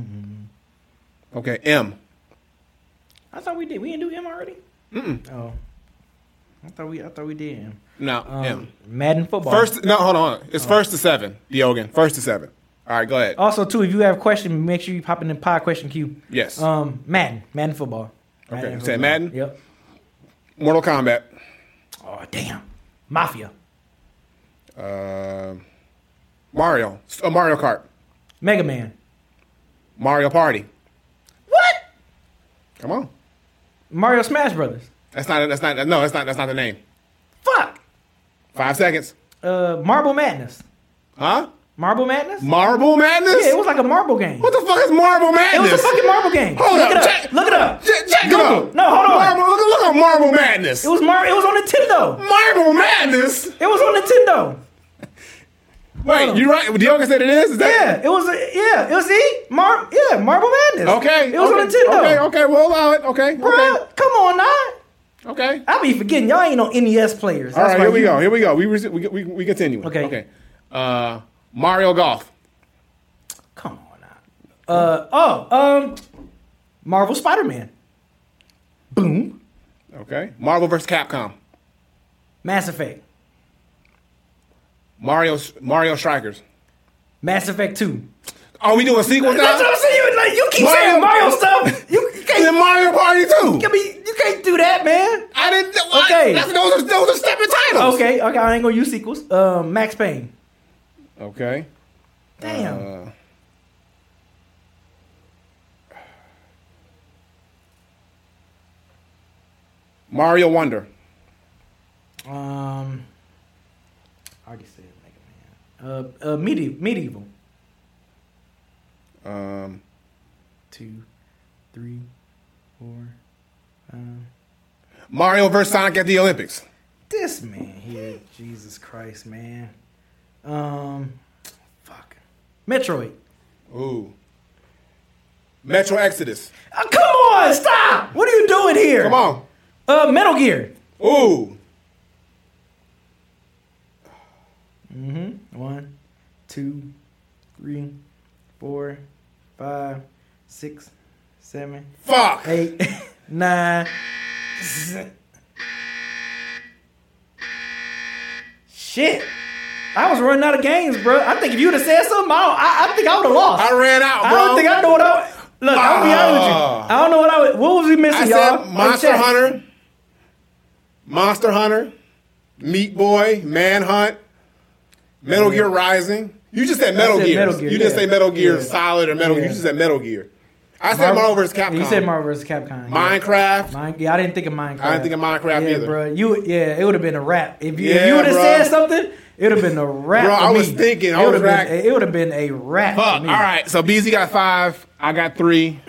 Speaker 2: hmm. Okay, M.
Speaker 3: I thought we did. We didn't do M already. Mm. Oh. I thought we. I thought we did M.
Speaker 2: No,
Speaker 3: Um,
Speaker 2: M.
Speaker 3: Madden football.
Speaker 2: First, no, hold on. It's first to seven, Diogen. First to seven. All right, go ahead.
Speaker 3: Also, too, if you have a question, make sure you pop in the pod question queue.
Speaker 2: Yes.
Speaker 3: Um, Madden. Madden football. Madden
Speaker 2: you said
Speaker 3: football.
Speaker 2: Madden?
Speaker 3: Yep.
Speaker 2: Mortal Kombat.
Speaker 3: Oh damn. Mafia.
Speaker 2: Uh, Mario. Uh, Mario Kart.
Speaker 3: Mega Man.
Speaker 2: Mario Party.
Speaker 3: What?
Speaker 2: Come on.
Speaker 3: Mario Smash Brothers.
Speaker 2: That's not. That's not. No, that's not. That's not the name.
Speaker 3: Fuck.
Speaker 2: Five seconds.
Speaker 3: Uh, Marble Madness.
Speaker 2: Huh?
Speaker 3: Marble Madness.
Speaker 2: Marble Madness.
Speaker 3: Yeah, it was like a marble game.
Speaker 2: what the fuck is Marble
Speaker 3: it was
Speaker 2: Madness?
Speaker 3: a fucking marble game.
Speaker 2: Hold
Speaker 3: look
Speaker 2: up,
Speaker 3: it up.
Speaker 2: check-
Speaker 3: Look it up.
Speaker 2: Check, check it
Speaker 3: Google.
Speaker 2: out.
Speaker 3: No, hold on.
Speaker 2: Marble, look, look up Marble Madness.
Speaker 3: It was Mar. It was on Nintendo.
Speaker 2: Marble Madness.
Speaker 3: It was on Nintendo.
Speaker 2: Wait, you right? Diogen said it is. Is that
Speaker 3: Yeah, it was. Yeah, it was. See, Mar. Yeah, Marble Madness.
Speaker 2: Okay.
Speaker 3: it was
Speaker 2: okay,
Speaker 3: on Nintendo.
Speaker 2: Okay. Okay. We'll allow it. Okay.
Speaker 3: Bruh,
Speaker 2: Okay.
Speaker 3: come on, now.
Speaker 2: Okay.
Speaker 3: I be forgetting y'all ain't no NES players.
Speaker 2: All right,
Speaker 3: why
Speaker 2: here we
Speaker 3: you-
Speaker 2: go. Here we go. We res- we, we, we continue.
Speaker 3: Okay.
Speaker 2: Okay. Uh, Mario Golf.
Speaker 3: Come on, now. Uh oh. Um, Marvel Spider Man. Boom.
Speaker 2: Okay. Marvel vs. Capcom.
Speaker 3: Mass Effect.
Speaker 2: Mario Mario Strikers.
Speaker 3: Mass Effect Two.
Speaker 2: Are we doing sequels now?
Speaker 3: That's what I'm saying. Like you keep
Speaker 2: Mario-
Speaker 3: saying Mario stuff. You you
Speaker 2: And then
Speaker 3: can't.
Speaker 2: Mario Party
Speaker 3: I
Speaker 2: Two.
Speaker 3: mean, you can't do that, man.
Speaker 2: I didn't. I-
Speaker 3: Okay.
Speaker 2: that's- those are those are separate titles.
Speaker 3: Okay, okay. I ain't gonna use sequels. Uh, Max Payne.
Speaker 2: Okay.
Speaker 3: Damn.
Speaker 2: Mario Wonder.
Speaker 3: Um, I already said Mega Man. Uh, uh medieval, medieval.
Speaker 2: Um,
Speaker 3: Two, three, four.
Speaker 2: Mario vs. Sonic at the Olympics.
Speaker 3: This man here, Jesus Christ, man. Um, fuck. Metroid.
Speaker 2: Ooh. Metro Exodus.
Speaker 3: Oh, come on, stop! What are you doing here?
Speaker 2: Come on.
Speaker 3: Uh, Metal Gear.
Speaker 2: Ooh.
Speaker 3: One, two, three, four, five, six, seven,
Speaker 2: Fuck.
Speaker 3: eight, nine. Shit. I was running out of games, bro. I think if you'd have said something, I, don't- I, I think I would have lost.
Speaker 2: I ran out,
Speaker 3: I
Speaker 2: bro.
Speaker 3: don't think I know what I would. Look, I'll be honest with you. I don't know what I would. What was we missing,
Speaker 2: I
Speaker 3: y'all?
Speaker 2: said Monster
Speaker 3: Check.
Speaker 2: Hunter, Monster Hunter, Meat Boy, Manhunt, Metal Gear Rising. You just said Metal
Speaker 3: said
Speaker 2: Gear.
Speaker 3: Metal Gear,
Speaker 2: You didn't
Speaker 3: yeah.
Speaker 2: say Metal Gear
Speaker 3: Yeah.
Speaker 2: Solid or Metal Gear. You
Speaker 3: Yeah.
Speaker 2: just said Metal Gear. I said Marvel vs. Capcom.
Speaker 3: You said Marvel vs. Capcom. yeah.
Speaker 2: Minecraft.
Speaker 3: Mine, yeah, I didn't think of Minecraft.
Speaker 2: I didn't think of Minecraft
Speaker 3: yeah,
Speaker 2: either.
Speaker 3: bro. You, yeah, it would have been a wrap if you, if
Speaker 2: Yeah,
Speaker 3: you would have
Speaker 2: bro.
Speaker 3: said something. It would have been a wrap.
Speaker 2: Bro,
Speaker 3: for
Speaker 2: I was
Speaker 3: me.
Speaker 2: thinking,
Speaker 3: It
Speaker 2: I was
Speaker 3: would've been-
Speaker 2: rack-
Speaker 3: It would have been a wrap. for
Speaker 2: Fuck.
Speaker 3: me.
Speaker 2: All right. So BZ got five. I got three.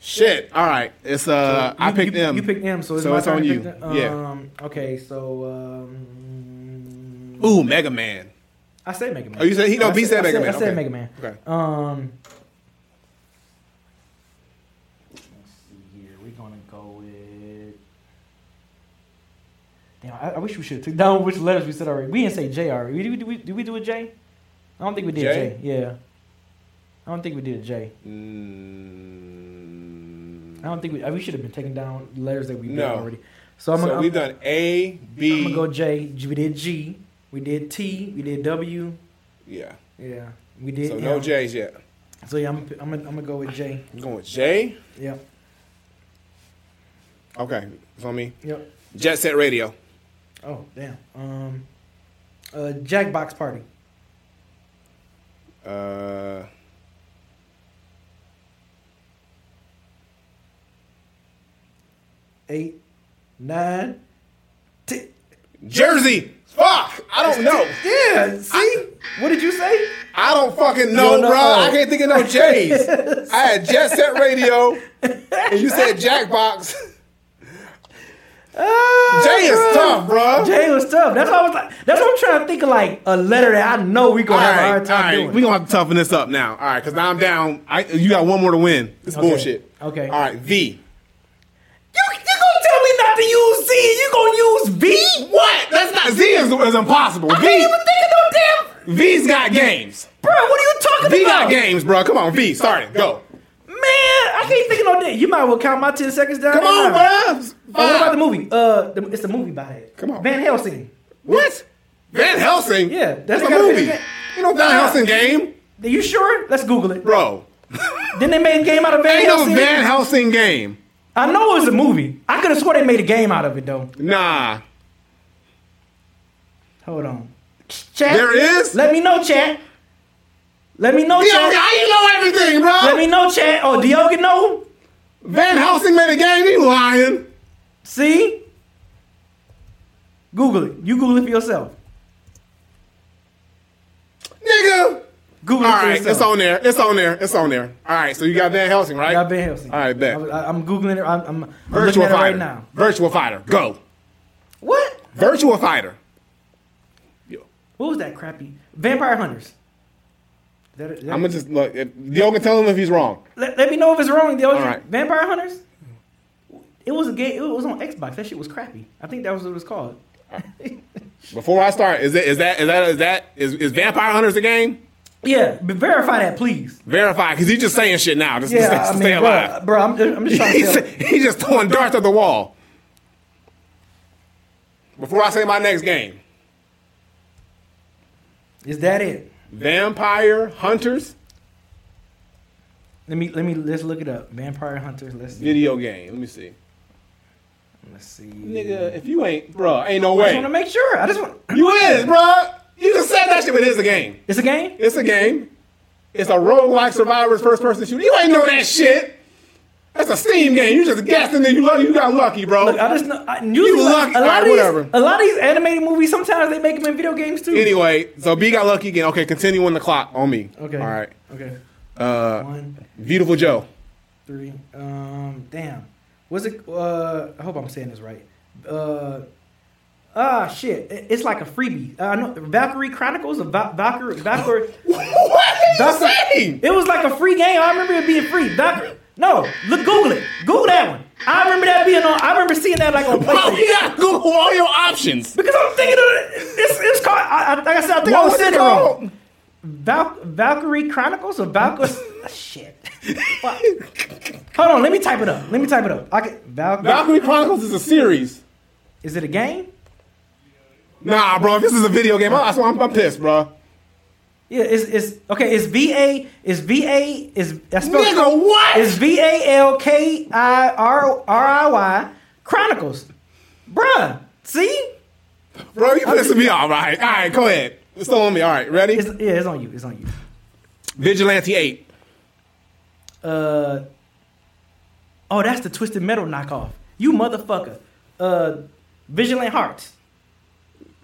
Speaker 2: Shit. All right. It's uh. I
Speaker 3: You-
Speaker 2: picked
Speaker 3: you,
Speaker 2: them.
Speaker 3: You picked them, so it's,
Speaker 2: so
Speaker 3: my
Speaker 2: it's
Speaker 3: turn
Speaker 2: on
Speaker 3: to
Speaker 2: you.
Speaker 3: pick them?
Speaker 2: yeah.
Speaker 3: Um, okay, so um,
Speaker 2: Ooh, Mega Man.
Speaker 3: I said Mega Man.
Speaker 2: Oh, you said he? No,
Speaker 3: I
Speaker 2: B said Mega
Speaker 3: I
Speaker 2: Man.
Speaker 3: I said
Speaker 2: Okay.
Speaker 3: Mega Man.
Speaker 2: Okay.
Speaker 3: Um, let's see here. We're gonna go with. Damn, I, I wish we should have took down which letters we said already. We didn't say J already. We, did, we, did we, did we do a J? I don't think we did a
Speaker 2: J?
Speaker 3: J. Yeah. I don't think we did a J.
Speaker 2: Mm,
Speaker 3: I don't think we. We should have been taking down letters that we did
Speaker 2: No.
Speaker 3: already. So I'm
Speaker 2: so
Speaker 3: gonna.
Speaker 2: we've
Speaker 3: I'm-
Speaker 2: done A, B.
Speaker 3: I'm gonna go J. G- We did G. We did T. We did W.
Speaker 2: Yeah.
Speaker 3: Yeah, we did.
Speaker 2: So
Speaker 3: yeah.
Speaker 2: no J's yet.
Speaker 3: So yeah, I'm I'm gonna, I'm gonna go with J.
Speaker 2: I'm going with J.
Speaker 3: Yeah.
Speaker 2: Okay. It's on me.
Speaker 3: Yep.
Speaker 2: Jet Set Radio.
Speaker 3: Oh damn. Um, uh, Jackbox Party.
Speaker 2: Uh,
Speaker 3: Eight, nine, ten.
Speaker 2: Jersey. Fuck. I don't know.
Speaker 3: Yeah. See, what did you say?
Speaker 2: I don't fucking know,
Speaker 3: don't know. Oh.
Speaker 2: bro. I can't think of no J's. I had Jet Set Radio, and you said Jackbox. J is tough, bro.
Speaker 3: Uh, J was tough. That's what I was like. That's what I'm trying to think of, like a letter that I know we
Speaker 2: All
Speaker 3: gonna have a
Speaker 2: right,
Speaker 3: hard
Speaker 2: all
Speaker 3: time
Speaker 2: right.
Speaker 3: doing.
Speaker 2: We gonna have to toughen this up now. All right, because now I'm down. I, you got one more to win. This is
Speaker 3: Okay.
Speaker 2: bullshit.
Speaker 3: Okay.
Speaker 2: All right, V.
Speaker 3: you, you gonna tell me not to use Z? You gonna use V?
Speaker 2: What? That's not Z is, is impossible.
Speaker 3: I can't even think of no damn.
Speaker 2: V. V's got games.
Speaker 3: Bro, what are you talking
Speaker 2: V
Speaker 3: about?
Speaker 2: got games, bro. Come on, V. Sorry, go.
Speaker 3: Man, I can't think of no damn. You might as well count my ten seconds down.
Speaker 2: Come
Speaker 3: there
Speaker 2: on,
Speaker 3: now.
Speaker 2: bro.
Speaker 3: Oh, what about the movie? Uh, the, it's the movie by that.
Speaker 2: Come on.
Speaker 3: Van Helsing.
Speaker 2: What? Van Helsing.
Speaker 3: Yeah,
Speaker 2: that's
Speaker 3: that's
Speaker 2: a
Speaker 3: gotta be
Speaker 2: movie.
Speaker 3: the-
Speaker 2: You know Van Helsing game,
Speaker 3: Are you sure? Let's Google it.
Speaker 2: bro.
Speaker 3: Then they made a game out of Van
Speaker 2: Ain't no
Speaker 3: Helsing.
Speaker 2: Van Helsing game.
Speaker 3: I know it was a movie. I could have swore they made a game out of it though.
Speaker 2: Nah.
Speaker 3: Hold on. Chat.
Speaker 2: There is?
Speaker 3: Let me know, chat. Let me know,
Speaker 2: Yo,
Speaker 3: chat.
Speaker 2: how you know everything, bro?
Speaker 3: Let me know, chat. Oh, Diogen know?
Speaker 2: Van Helsing made a game. He lying.
Speaker 3: See? Google it. You Google it for yourself.
Speaker 2: Nigga.
Speaker 3: Google
Speaker 2: All
Speaker 3: it for
Speaker 2: right,
Speaker 3: yourself.
Speaker 2: it's on there. It's on there. It's on there. All right, so you got Van Helsing, right?
Speaker 3: I got Van Helsing.
Speaker 2: All right, bet.
Speaker 3: I, was- I, I'm googling it. I'm, I'm, I'm
Speaker 2: Virtual
Speaker 3: looking at it
Speaker 2: fighter.
Speaker 3: right now.
Speaker 2: Virtual fighter. Go.
Speaker 3: What?
Speaker 2: Virtual fighter.
Speaker 3: What was that crappy? Vampire Hunters. Is that a- is that
Speaker 2: I'm gonna just look. If, Diogo can tell him if he's wrong.
Speaker 3: Let, let me know if it's wrong. The
Speaker 2: All right.
Speaker 3: Vampire Hunters. It was a game. It was on Xbox. That shit was crappy. I think that was what it was called.
Speaker 2: Before I start, is it is that is that is that is, is Vampire Hunters a game?
Speaker 3: Yeah, but verify that, please.
Speaker 2: Verify, because he's just saying shit now. Just, just-
Speaker 3: Yeah,
Speaker 2: just
Speaker 3: I
Speaker 2: stay
Speaker 3: mean, bro,
Speaker 2: alive.
Speaker 3: bro, I'm, I'm just trying to
Speaker 2: he's,
Speaker 3: tell.
Speaker 2: he's just throwing darts at the wall. Before I say my next game,
Speaker 3: Is that it?
Speaker 2: Vampire Hunters
Speaker 3: Let me let me let's look it up. Vampire Hunters. Let's see.
Speaker 2: video game. Let me see.
Speaker 3: Let's see.
Speaker 2: Nigga, if you ain't, bro, ain't no
Speaker 3: I just want to
Speaker 2: way.
Speaker 3: make sure. I just want.
Speaker 2: You is, bro. You just said that shit, but it is a game.
Speaker 3: It's a game.
Speaker 2: It's a game. It's a roguelike survivor's first person shooter. You ain't know that shit. That's a Steam game. You just guessed and then you lucky. You got lucky, bro.
Speaker 3: Look, I just know. I, usually,
Speaker 2: Oh. lucky.
Speaker 3: a lot
Speaker 2: Alright,
Speaker 3: of these,
Speaker 2: whatever.
Speaker 3: a lot of these animated movies. Sometimes they make them in video games too.
Speaker 2: anyway, so B got lucky again. Okay, continuing the clock on me.
Speaker 3: Okay.
Speaker 2: All right.
Speaker 3: Okay.
Speaker 2: Uh,
Speaker 3: One.
Speaker 2: Beautiful Joe.
Speaker 3: three. Um, damn. Was it? Uh, I hope I'm saying this right. Uh, ah, shit. It- It's like a freebie. Uh, I know Valkyrie Chronicles or Va- Valkyrie. Valkyrie.
Speaker 2: What are you
Speaker 3: Valkyrie-
Speaker 2: saying?
Speaker 3: It was like a free game. I remember it being free. Valkyrie. No, look, Google it. Google that one. I remember that being on. I remember seeing that like on
Speaker 2: Bro,
Speaker 3: PlayStation.
Speaker 2: you got Google all your options.
Speaker 3: Because I'm thinking of it. It's, it's called. I, I, like I said, I think I was
Speaker 2: was it
Speaker 3: saying it wrong.
Speaker 2: called?
Speaker 3: Val, Valkyrie Chronicles or Valkyrie? shit. Fuck. Hold on. Let me type it up. Let me type it up. I can, Valkyrie.
Speaker 2: Valkyrie Chronicles is a series.
Speaker 3: Is it a game?
Speaker 2: Nah, bro, if this is a video game, I, I'm, I'm pissed, bro.
Speaker 3: Yeah, it's, it's okay. It's V A. It's V A. Is I spelled
Speaker 2: Nigga, what?
Speaker 3: It's V A L K I R R I Y Chronicles, bruh. See,
Speaker 2: Bro, you pissing me off. All right. All right, go ahead. It's still on me. All right, ready?
Speaker 3: it's, yeah, it's on you. It's on you.
Speaker 2: Vigilante 8.
Speaker 3: Uh, oh, that's the Twisted Metal knockoff. You motherfucker. Uh, Vigilant Hearts.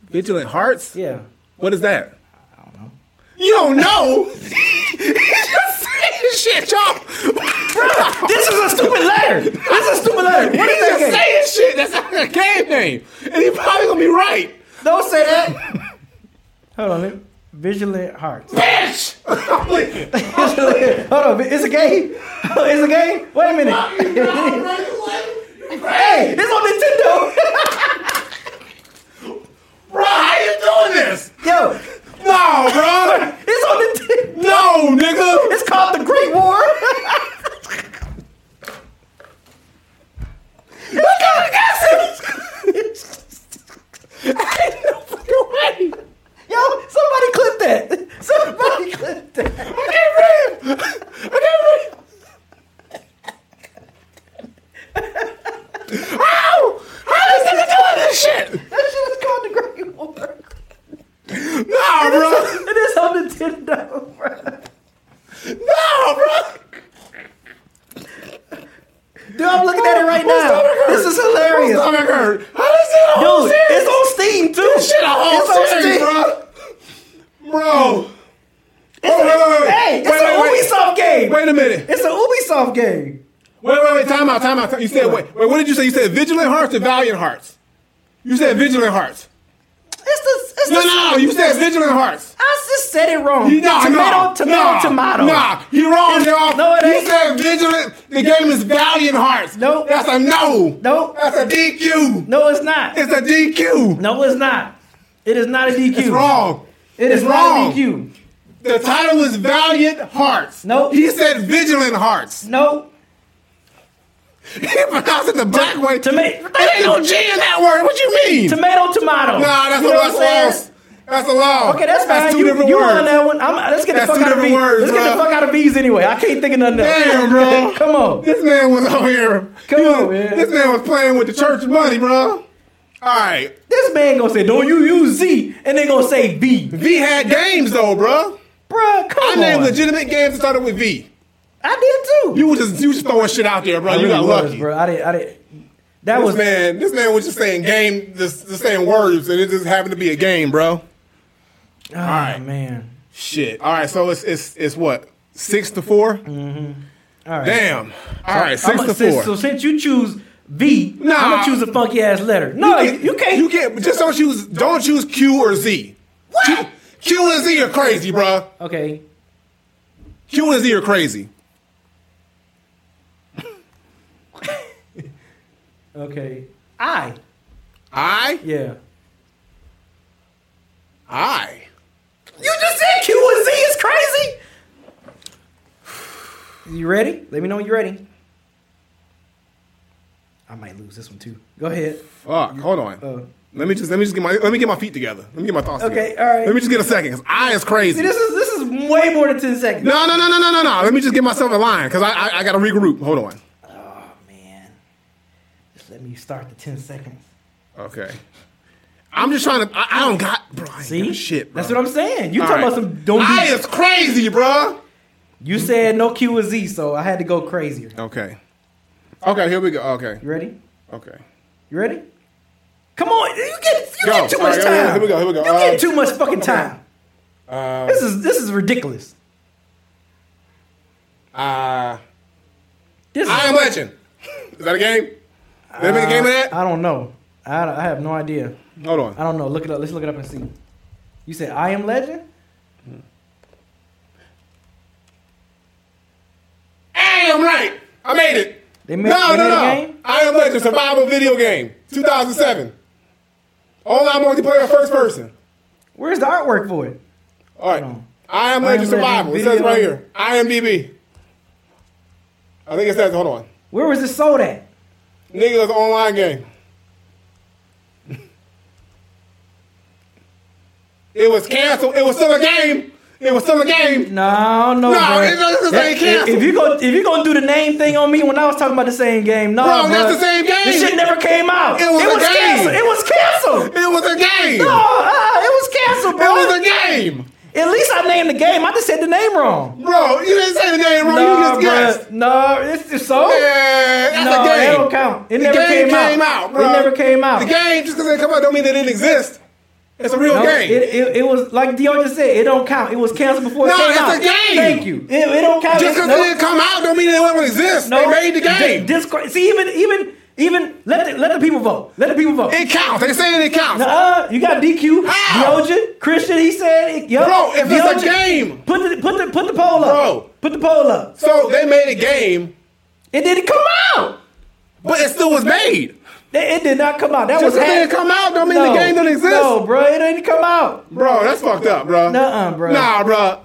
Speaker 2: Vigilant Hearts?
Speaker 3: Yeah.
Speaker 2: What is that?
Speaker 3: I don't know.
Speaker 2: You don't know. He's just saying shit, y'all. Bro,
Speaker 3: This is a stupid letter. This is a stupid letter. What is
Speaker 2: He's
Speaker 3: that
Speaker 2: just
Speaker 3: game?
Speaker 2: saying shit. That's not a game name, and he probably gonna be right,
Speaker 3: Don't say that. Hold on. Let me, Vigilant Hearts.
Speaker 2: bitch. I'm leaving.
Speaker 3: Hold on. It's a game. It's a game. Wait a minute.
Speaker 2: Hey,
Speaker 3: It's on Nintendo.
Speaker 2: bro, how you doing this?
Speaker 3: Yo,
Speaker 2: No, bro.
Speaker 3: it's on Nintendo.
Speaker 2: No, nigga.
Speaker 3: It's called the Great War. Yo, somebody clip that. Somebody Everybody clip that. That shit is called the Great War.
Speaker 2: Nah, bro.
Speaker 3: It is on Nintendo, bro.
Speaker 2: Nah, bro.
Speaker 3: Dude, I'm looking at it right
Speaker 2: My stomach
Speaker 3: now.
Speaker 2: hurt.
Speaker 3: This is hilarious.
Speaker 2: My stomach hurt. How does it a whole
Speaker 3: Dude,
Speaker 2: series?
Speaker 3: it's on Steam too.
Speaker 2: Oh, This shit a whole
Speaker 3: It's on
Speaker 2: series,
Speaker 3: Steam.
Speaker 2: bro. Bro.
Speaker 3: It's
Speaker 2: Wait,
Speaker 3: a-
Speaker 2: wait, wait.
Speaker 3: Hey, it's
Speaker 2: Wait,
Speaker 3: an
Speaker 2: wait, wait.
Speaker 3: Ubisoft game.
Speaker 2: Wait a minute.
Speaker 3: It's an Ubisoft game.
Speaker 2: Wait, wait, wait. Time out, time out. You said, wait, wait, what did you say? You said Vigilant Hearts or Valiant Hearts? You said Vigilant Hearts.
Speaker 3: It's the. It's
Speaker 2: No,
Speaker 3: the
Speaker 2: no, you said Vigilant Hearts.
Speaker 3: I just said it wrong.
Speaker 2: You- Nah,
Speaker 3: tomato,
Speaker 2: nah,
Speaker 3: tomato,
Speaker 2: nah,
Speaker 3: tomato.
Speaker 2: Nah, you wrong, y'all.
Speaker 3: No, it ain't.
Speaker 2: You said Vigilant. The game is Valiant Hearts.
Speaker 3: Nope.
Speaker 2: That's a no.
Speaker 3: Nope.
Speaker 2: That's a DQ.
Speaker 3: No, it's not.
Speaker 2: It's a DQ.
Speaker 3: no, it's not. It is not a DQ.
Speaker 2: It's wrong.
Speaker 3: It is
Speaker 2: It's
Speaker 3: not
Speaker 2: wrong.
Speaker 3: a DQ.
Speaker 2: The title is Valiant Hearts.
Speaker 3: Nope.
Speaker 2: He said Vigilant Hearts.
Speaker 3: No.
Speaker 2: He pronounced it the black way.
Speaker 3: to me-
Speaker 2: There ain't no G in that word. What you mean?
Speaker 3: Tomato, tomato.
Speaker 2: Nah, that's
Speaker 3: You
Speaker 2: a
Speaker 3: know
Speaker 2: that's
Speaker 3: what I'm
Speaker 2: loss.
Speaker 3: saying?
Speaker 2: That's a law.
Speaker 3: Okay, that's fine.
Speaker 2: Oh. That's two
Speaker 3: you
Speaker 2: different
Speaker 3: you
Speaker 2: words.
Speaker 3: on that one? I'm, let's get
Speaker 2: That's
Speaker 3: the
Speaker 2: two
Speaker 3: fuck out of
Speaker 2: different
Speaker 3: these.
Speaker 2: words,
Speaker 3: let's get the
Speaker 2: bruh.
Speaker 3: fuck out of these anyway. I can't think of nothing else.
Speaker 2: Damn, bro.
Speaker 3: Come on.
Speaker 2: This man was over here.
Speaker 3: Come
Speaker 2: he was-
Speaker 3: on, man.
Speaker 2: This man was playing with the church money, bro. All right.
Speaker 3: This man gonna say, "Don't you use Z?" and they gonna say B.
Speaker 2: V had games though, bro.
Speaker 3: Bruh, come
Speaker 2: I
Speaker 3: on.
Speaker 2: named legitimate games that started with V.
Speaker 3: I did too.
Speaker 2: You was just you was throwing shit out there, bro.
Speaker 3: I
Speaker 2: you
Speaker 3: really
Speaker 2: got
Speaker 3: was,
Speaker 2: lucky.
Speaker 3: bro. I didn't. I didn't. That
Speaker 2: This
Speaker 3: was
Speaker 2: man, this man was just saying game, just, just saying words, and it just happened to be a game, bro.
Speaker 3: Oh,
Speaker 2: right.
Speaker 3: man.
Speaker 2: Shit. All right, so it's it's it's what six to 4 Mm-hmm.
Speaker 3: All right.
Speaker 2: Damn. All right, six
Speaker 3: I'ma-
Speaker 2: to
Speaker 3: since-
Speaker 2: four.
Speaker 3: So since you choose V,
Speaker 2: Nah.
Speaker 3: am gonna choose a funky ass letter. No, you, you can't.
Speaker 2: You can't. Just don't choose. Don't choose Q or Z. What? Q, Q and Z are crazy, bro.
Speaker 3: Okay.
Speaker 2: Q and Z are crazy.
Speaker 3: Okay. I.
Speaker 2: I.
Speaker 3: Yeah.
Speaker 2: I.
Speaker 3: You just said Q and Z is crazy. You ready? Let me know when you're ready. I might lose this one too. Go ahead.
Speaker 2: Fuck. Hold on. let me just let me just get my let me get my feet together. Let me get my thoughts.
Speaker 3: Oh. Okay,
Speaker 2: together.
Speaker 3: all right.
Speaker 2: Let me just get a second. Cause I is crazy.
Speaker 3: See, this is this is way more than ten seconds.
Speaker 2: No, no, no, no, no, no, no. Let me just get myself in line because I, I I gotta regroup. Hold on.
Speaker 3: Man, just let me start the ten seconds.
Speaker 2: Okay. I'm just trying to. I, I don't got. Bro, I ain't
Speaker 3: See,
Speaker 2: got shit, bro.
Speaker 3: That's what I'm saying. You
Speaker 2: All
Speaker 3: talking
Speaker 2: right.
Speaker 3: about some don't
Speaker 2: I
Speaker 3: be.
Speaker 2: is crazy, bro.
Speaker 3: You said no Q and Z, so I had to go crazier.
Speaker 2: Okay. Okay. Here we go. Okay.
Speaker 3: You ready?
Speaker 2: Okay.
Speaker 3: You ready? Come on, you get you
Speaker 2: Go.
Speaker 3: get too
Speaker 2: All
Speaker 3: much
Speaker 2: right,
Speaker 3: time.
Speaker 2: here we go, here we go, Um, here we go. Uh,
Speaker 3: You get too much fucking time. this is this is ridiculous.
Speaker 2: Uh,
Speaker 3: This is,
Speaker 2: I am legend. Is that a game? Did they make a game of that?
Speaker 3: I don't know. I, I have no idea.
Speaker 2: Hold on.
Speaker 3: Uh, I don't know. Look it up. Let's look it up and see. You said I am legend.
Speaker 2: I am right. I made it.
Speaker 3: They made-
Speaker 2: no,
Speaker 3: they
Speaker 2: no,
Speaker 3: made a
Speaker 2: no.
Speaker 3: game?
Speaker 2: I am legend. Survival video game. 2007. Online multiplayer, first person.
Speaker 3: Where's the artwork for it?
Speaker 2: All right.
Speaker 3: on.
Speaker 2: I am
Speaker 3: I
Speaker 2: legend
Speaker 3: Am
Speaker 2: survival.
Speaker 3: Legend
Speaker 2: it says
Speaker 3: video-
Speaker 2: right here. IMDb. I think it says. Hold on.
Speaker 3: Where was this sold at?
Speaker 2: Niggas online game. It was canceled. It was still a game. It was still a game.
Speaker 3: No,
Speaker 2: No,
Speaker 3: no, bro.
Speaker 2: it- this is
Speaker 3: That-
Speaker 2: ain't
Speaker 3: if,
Speaker 2: canceled.
Speaker 3: if you go, if you gonna do the name thing on me when I was talking about the same game, no,
Speaker 2: Bro, that's the same game.
Speaker 3: This shit never came out.
Speaker 2: It was a game.
Speaker 3: canceled. It was canceled.
Speaker 2: It was a game.
Speaker 3: No, uh, it was canceled,
Speaker 2: It
Speaker 3: bro.
Speaker 2: was a game.
Speaker 3: At least I named the game. I just said the name wrong.
Speaker 2: Bro, you didn't say the name wrong. you
Speaker 3: Nah,
Speaker 2: just guessed.
Speaker 3: bruh. No, it's, it's so.
Speaker 2: Yeah, that's
Speaker 3: No,
Speaker 2: a game.
Speaker 3: it don't count. It
Speaker 2: the
Speaker 3: never
Speaker 2: game
Speaker 3: came out. It
Speaker 2: bro.
Speaker 3: never came out.
Speaker 2: The game, just because it come out, don't mean it didn't exist. It's a real
Speaker 3: No,
Speaker 2: game.
Speaker 3: It, it, it was like Dion just said. It don't count. It was canceled before
Speaker 2: No,
Speaker 3: it came
Speaker 2: it's a
Speaker 3: out.
Speaker 2: game.
Speaker 3: Thank you. It, it don't count.
Speaker 2: just because
Speaker 3: No.
Speaker 2: it didn't come out, don't mean it won't exist.
Speaker 3: No,
Speaker 2: they made the game.
Speaker 3: This, this, see, even even even let the, let the people vote. Let the people vote.
Speaker 2: it counts. They saying it counts.
Speaker 3: Uh, you got DQ,
Speaker 2: How?
Speaker 3: Deogen, Christian. He said, it- yup.
Speaker 2: Bro, if it's a
Speaker 3: Deogen-
Speaker 2: game.
Speaker 3: put the put the put the poll up.
Speaker 2: Bro.
Speaker 3: put the poll up.
Speaker 2: So they made a game,
Speaker 3: It didn't come out.
Speaker 2: but it still was made.
Speaker 3: It, it did not come out. That
Speaker 2: Just
Speaker 3: was
Speaker 2: because it
Speaker 3: hack-
Speaker 2: didn't come out, don't mean
Speaker 3: No.
Speaker 2: the game don't exist.
Speaker 3: No, bro, it didn't come out.
Speaker 2: Bro, that's fucked up, bro.
Speaker 3: Nuh-uh, bro.
Speaker 2: Nah, bro.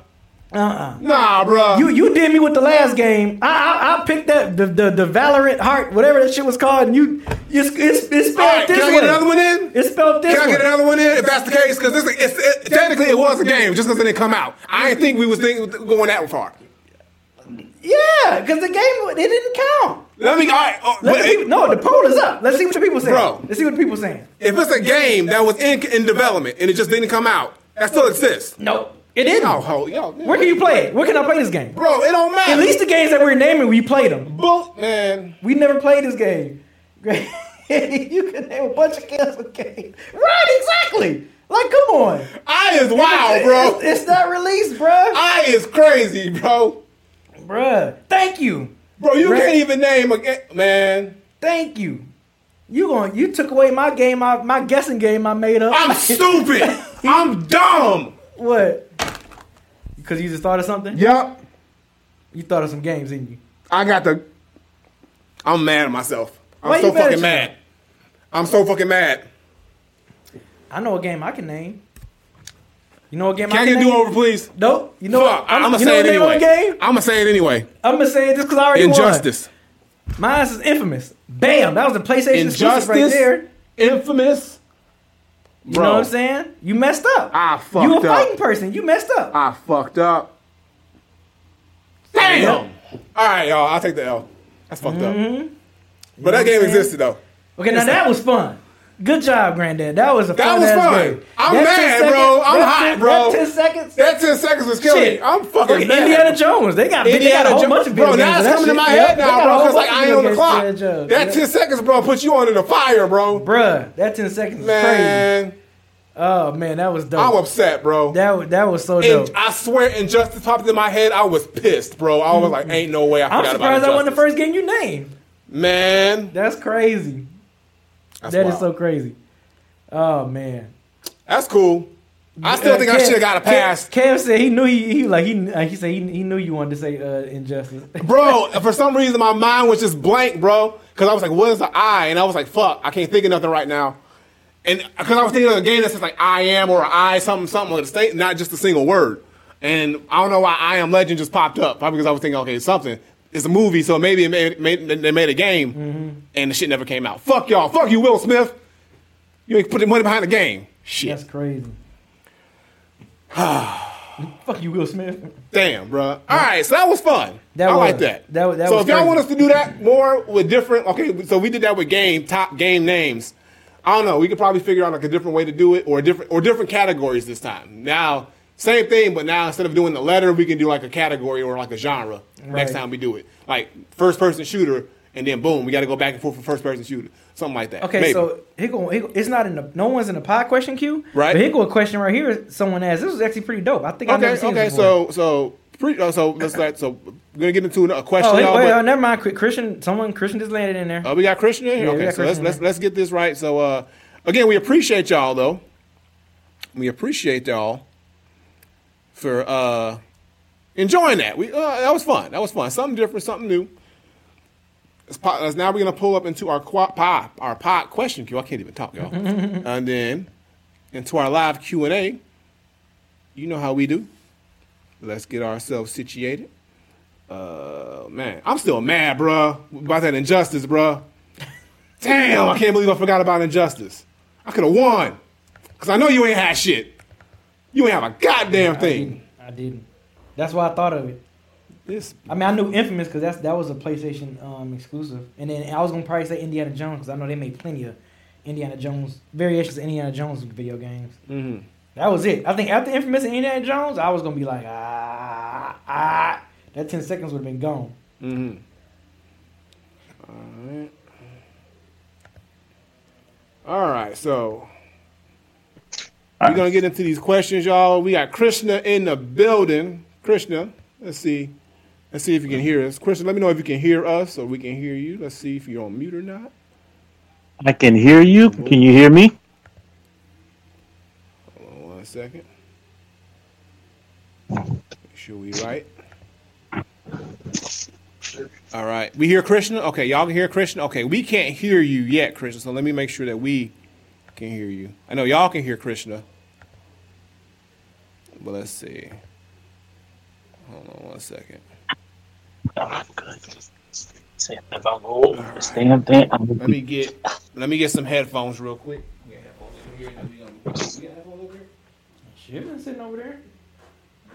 Speaker 2: Nah, bro.
Speaker 3: Uh-uh. You you did me with the last game. I I, I picked that the, the the Valorant Heart whatever that shit was called, and you it's it's, it's spelled
Speaker 2: All right,
Speaker 3: this
Speaker 2: can I
Speaker 3: way.
Speaker 2: get another one in?
Speaker 3: It's spelled this
Speaker 2: Can I
Speaker 3: way.
Speaker 2: get another one in? If that's the case, because this it's, it, technically it was a game, just because it didn't come out. I didn't think we was thinking, going that far.
Speaker 3: Yeah, because the game it didn't count.
Speaker 2: Let me. All right, oh,
Speaker 3: Let
Speaker 2: but
Speaker 3: the
Speaker 2: it-
Speaker 3: people- no, the poll is up. Let's see what the people saying.
Speaker 2: Bro.
Speaker 3: Let's see what the people saying.
Speaker 2: if it's a game that was in, in development and it just didn't come out, that still exists.
Speaker 3: No, it didn't.
Speaker 2: Yo, ho, yo,
Speaker 3: Where can you play it? Where can I play this game?
Speaker 2: bro? It don't matter.
Speaker 3: At least the games that we're naming, we played them.
Speaker 2: book, man.
Speaker 3: We never played this game. you can name a bunch of canceled games. Right, exactly. Like, come on.
Speaker 2: I is wild, bro.
Speaker 3: It's, it's not released, bruh.
Speaker 2: I is crazy, bro.
Speaker 3: bruh, thank you.
Speaker 2: Bro, you
Speaker 3: Right.
Speaker 2: can't even name a ga- man.
Speaker 3: Thank you. You going you took away my game, my, my guessing game I made up.
Speaker 2: I'm stupid. I'm dumb.
Speaker 3: what? Because you just thought of something?
Speaker 2: Yup.
Speaker 3: You thought of some games, didn't you?
Speaker 2: I got the. I'm mad at myself. I'm
Speaker 3: Why
Speaker 2: so
Speaker 3: you mad at
Speaker 2: fucking
Speaker 3: yourself?
Speaker 2: mad. I'm so fucking mad.
Speaker 3: I know a game I can name. You know a game
Speaker 2: Can I
Speaker 3: I
Speaker 2: get
Speaker 3: can
Speaker 2: a
Speaker 3: name?
Speaker 2: do over, please?
Speaker 3: Nope. You know what-
Speaker 2: Fuck, I'm,
Speaker 3: you
Speaker 2: gonna
Speaker 3: know
Speaker 2: say it
Speaker 3: the name of
Speaker 2: anyway.
Speaker 3: the game?
Speaker 2: I'm gonna say it anyway.
Speaker 3: I'm gonna say it just because I already
Speaker 2: Injustice.
Speaker 3: won. Mine is infamous. Bam! That was the PlayStation
Speaker 2: Injustice.
Speaker 3: exclusive right there.
Speaker 2: Infamous.
Speaker 3: You know what I'm saying? You messed up.
Speaker 2: I fucked
Speaker 3: You a
Speaker 2: up.
Speaker 3: fighting person. You messed up.
Speaker 2: I fucked up. Damn. All right, y'all. I'll take the L. That's fucked up.
Speaker 3: Mm-hmm.
Speaker 2: But that game existed though.
Speaker 3: okay, now that was fun. Good job, Granddad. That was a
Speaker 2: That
Speaker 3: fun
Speaker 2: was
Speaker 3: ass
Speaker 2: fun.
Speaker 3: game.
Speaker 2: I'm
Speaker 3: That
Speaker 2: mad,
Speaker 3: 10
Speaker 2: bro.
Speaker 3: seconds-
Speaker 2: I'm
Speaker 3: that
Speaker 2: hot,
Speaker 3: 10
Speaker 2: bro.
Speaker 3: That ten seconds.
Speaker 2: That 10 seconds was killing
Speaker 3: Shit.
Speaker 2: me. I'm fucking
Speaker 3: Look at
Speaker 2: mad.
Speaker 3: Indiana Jones. They got they got
Speaker 2: Indiana
Speaker 3: a whole
Speaker 2: Jones.
Speaker 3: bunch of video
Speaker 2: bro,
Speaker 3: games
Speaker 2: now
Speaker 3: of
Speaker 2: it's
Speaker 3: that
Speaker 2: coming to
Speaker 3: shit.
Speaker 2: my
Speaker 3: Yep,
Speaker 2: head
Speaker 3: they
Speaker 2: now,
Speaker 3: got a
Speaker 2: bro,
Speaker 3: whole
Speaker 2: because like I
Speaker 3: bunch of uh,
Speaker 2: ain't
Speaker 3: video
Speaker 2: on the
Speaker 3: games
Speaker 2: clock.
Speaker 3: of Indiana Jones.
Speaker 2: That
Speaker 3: Yep.
Speaker 2: 10 seconds, bro, put you on in the fire, bro.
Speaker 3: Bruh, that ten seconds is crazy.
Speaker 2: Man,
Speaker 3: Oh man, that was dope.
Speaker 2: I'm upset, bro.
Speaker 3: That wa- that was so dope.
Speaker 2: And I swear, injustice popped in my head. I was pissed, bro. I was like, "Ain't no way I
Speaker 3: Mm-hmm. I'm
Speaker 2: forgot about
Speaker 3: surprised I wasn't the
Speaker 2: Injustice.
Speaker 3: first game you named.
Speaker 2: Man,
Speaker 3: That's crazy.
Speaker 2: that's
Speaker 3: That is
Speaker 2: wild.
Speaker 3: so crazy. Oh man.
Speaker 2: That's cool. I still think I should have got a pass,
Speaker 3: Kev, Kev said he knew he, he like he uh, he said he, he knew you wanted to say uh, injustice.
Speaker 2: bro. For some reason, my mind was just blank, bro. Because I was like, "What is the I?" And I was like, "Fuck, I can't think of nothing right now." And because I was thinking of a game that's just like "I am" or "I something something" with a state, not just a single word. And I don't know why "I am Legend" just popped up. Probably because I was thinking, "Okay, it's something." It's a movie, so maybe it made, made, they made a game, and the shit never came out. Fuck y'all. Fuck you, Will Smith. You ain't put the money behind the game. Shit.
Speaker 3: That's crazy. Fuck you, Will Smith.
Speaker 2: Damn, bro. All right, so that was fun.
Speaker 3: That
Speaker 2: I
Speaker 3: was.
Speaker 2: like that.
Speaker 3: That wa- that
Speaker 2: so
Speaker 3: was
Speaker 2: if y'all
Speaker 3: crazy.
Speaker 2: want us to do that more with different, okay, so we did that with game top game names. I don't know. We could probably figure out like a different way to do it, or different or different categories this time. Now, same thing, but now instead of doing the letter, we can do like a category or like a genre next
Speaker 3: Right.
Speaker 2: time we do it. Like first person shooter, and then boom, we got to go back and forth for first person shooter, something like that.
Speaker 3: Okay,
Speaker 2: Maybe.
Speaker 3: so here go, here go- it's not in the no one's in the pod question queue.
Speaker 2: Right.
Speaker 3: But here go a question right here. Someone asked. This was actually pretty dope. I think I've never
Speaker 2: okay,
Speaker 3: seen
Speaker 2: okay,
Speaker 3: this
Speaker 2: so
Speaker 3: before.
Speaker 2: so pre, oh, so let's like so we're gonna get into a question.
Speaker 3: oh, hey,
Speaker 2: y'all,
Speaker 3: wait,
Speaker 2: but-
Speaker 3: oh, never mind. Cri- Christian, someone Christian just landed in there.
Speaker 2: Oh, we got Christian in here?
Speaker 3: Yeah, we
Speaker 2: okay,
Speaker 3: got
Speaker 2: so let's,
Speaker 3: Christian
Speaker 2: let's
Speaker 3: in.
Speaker 2: let's get this right. So uh again, we appreciate y'all though. We appreciate y'all for uh enjoying that. We uh, that was fun. That was fun. Something different, something new. It's po- uh, now we're gonna pull up into our qua- pod, our pod question queue. I can't even talk, y'all. and then into our live Q and A. You know how we do. Let's get ourselves situated. Uh, man, I'm still mad, bruh, about that injustice, bruh. Damn, I can't believe I forgot about injustice. I could have won, cause I know you ain't had shit. You ain't have a goddamn thing.
Speaker 3: I didn't. That's why I thought of it.
Speaker 2: This
Speaker 3: I mean, I knew Infamous because that's that was a PlayStation um, exclusive, and then I was gonna probably say Indiana Jones because I know they made plenty of Indiana Jones variations of Indiana Jones video games. Mm-hmm. That was it. I think after Infamous and Indiana Jones, I was gonna be like, ah, ah, that ten seconds would have been gone.
Speaker 2: All right, so we're gonna get into these questions, y'all. We got Krishna in the building. Krishna, let's see, let's see if you can hear us. Krishna, let me know if you can hear us or we can hear you. Let's see if you're on mute or not.
Speaker 5: I can hear you. Can you hear me?
Speaker 2: Hold on one second. Make sure we right. All right, we hear Krishna. Okay, y'all can hear Krishna. Okay, we can't hear you yet, Krishna. So let me make sure that we can hear you. I know y'all can hear Krishna, but let's see. on a second.
Speaker 3: I'm good. Saying if I'm old, this damn thing. I'm
Speaker 2: Let me get let me get some headphones real quick. We got headphones over here, and we gonna- we got headphones over here?
Speaker 6: Shit, been sitting over there.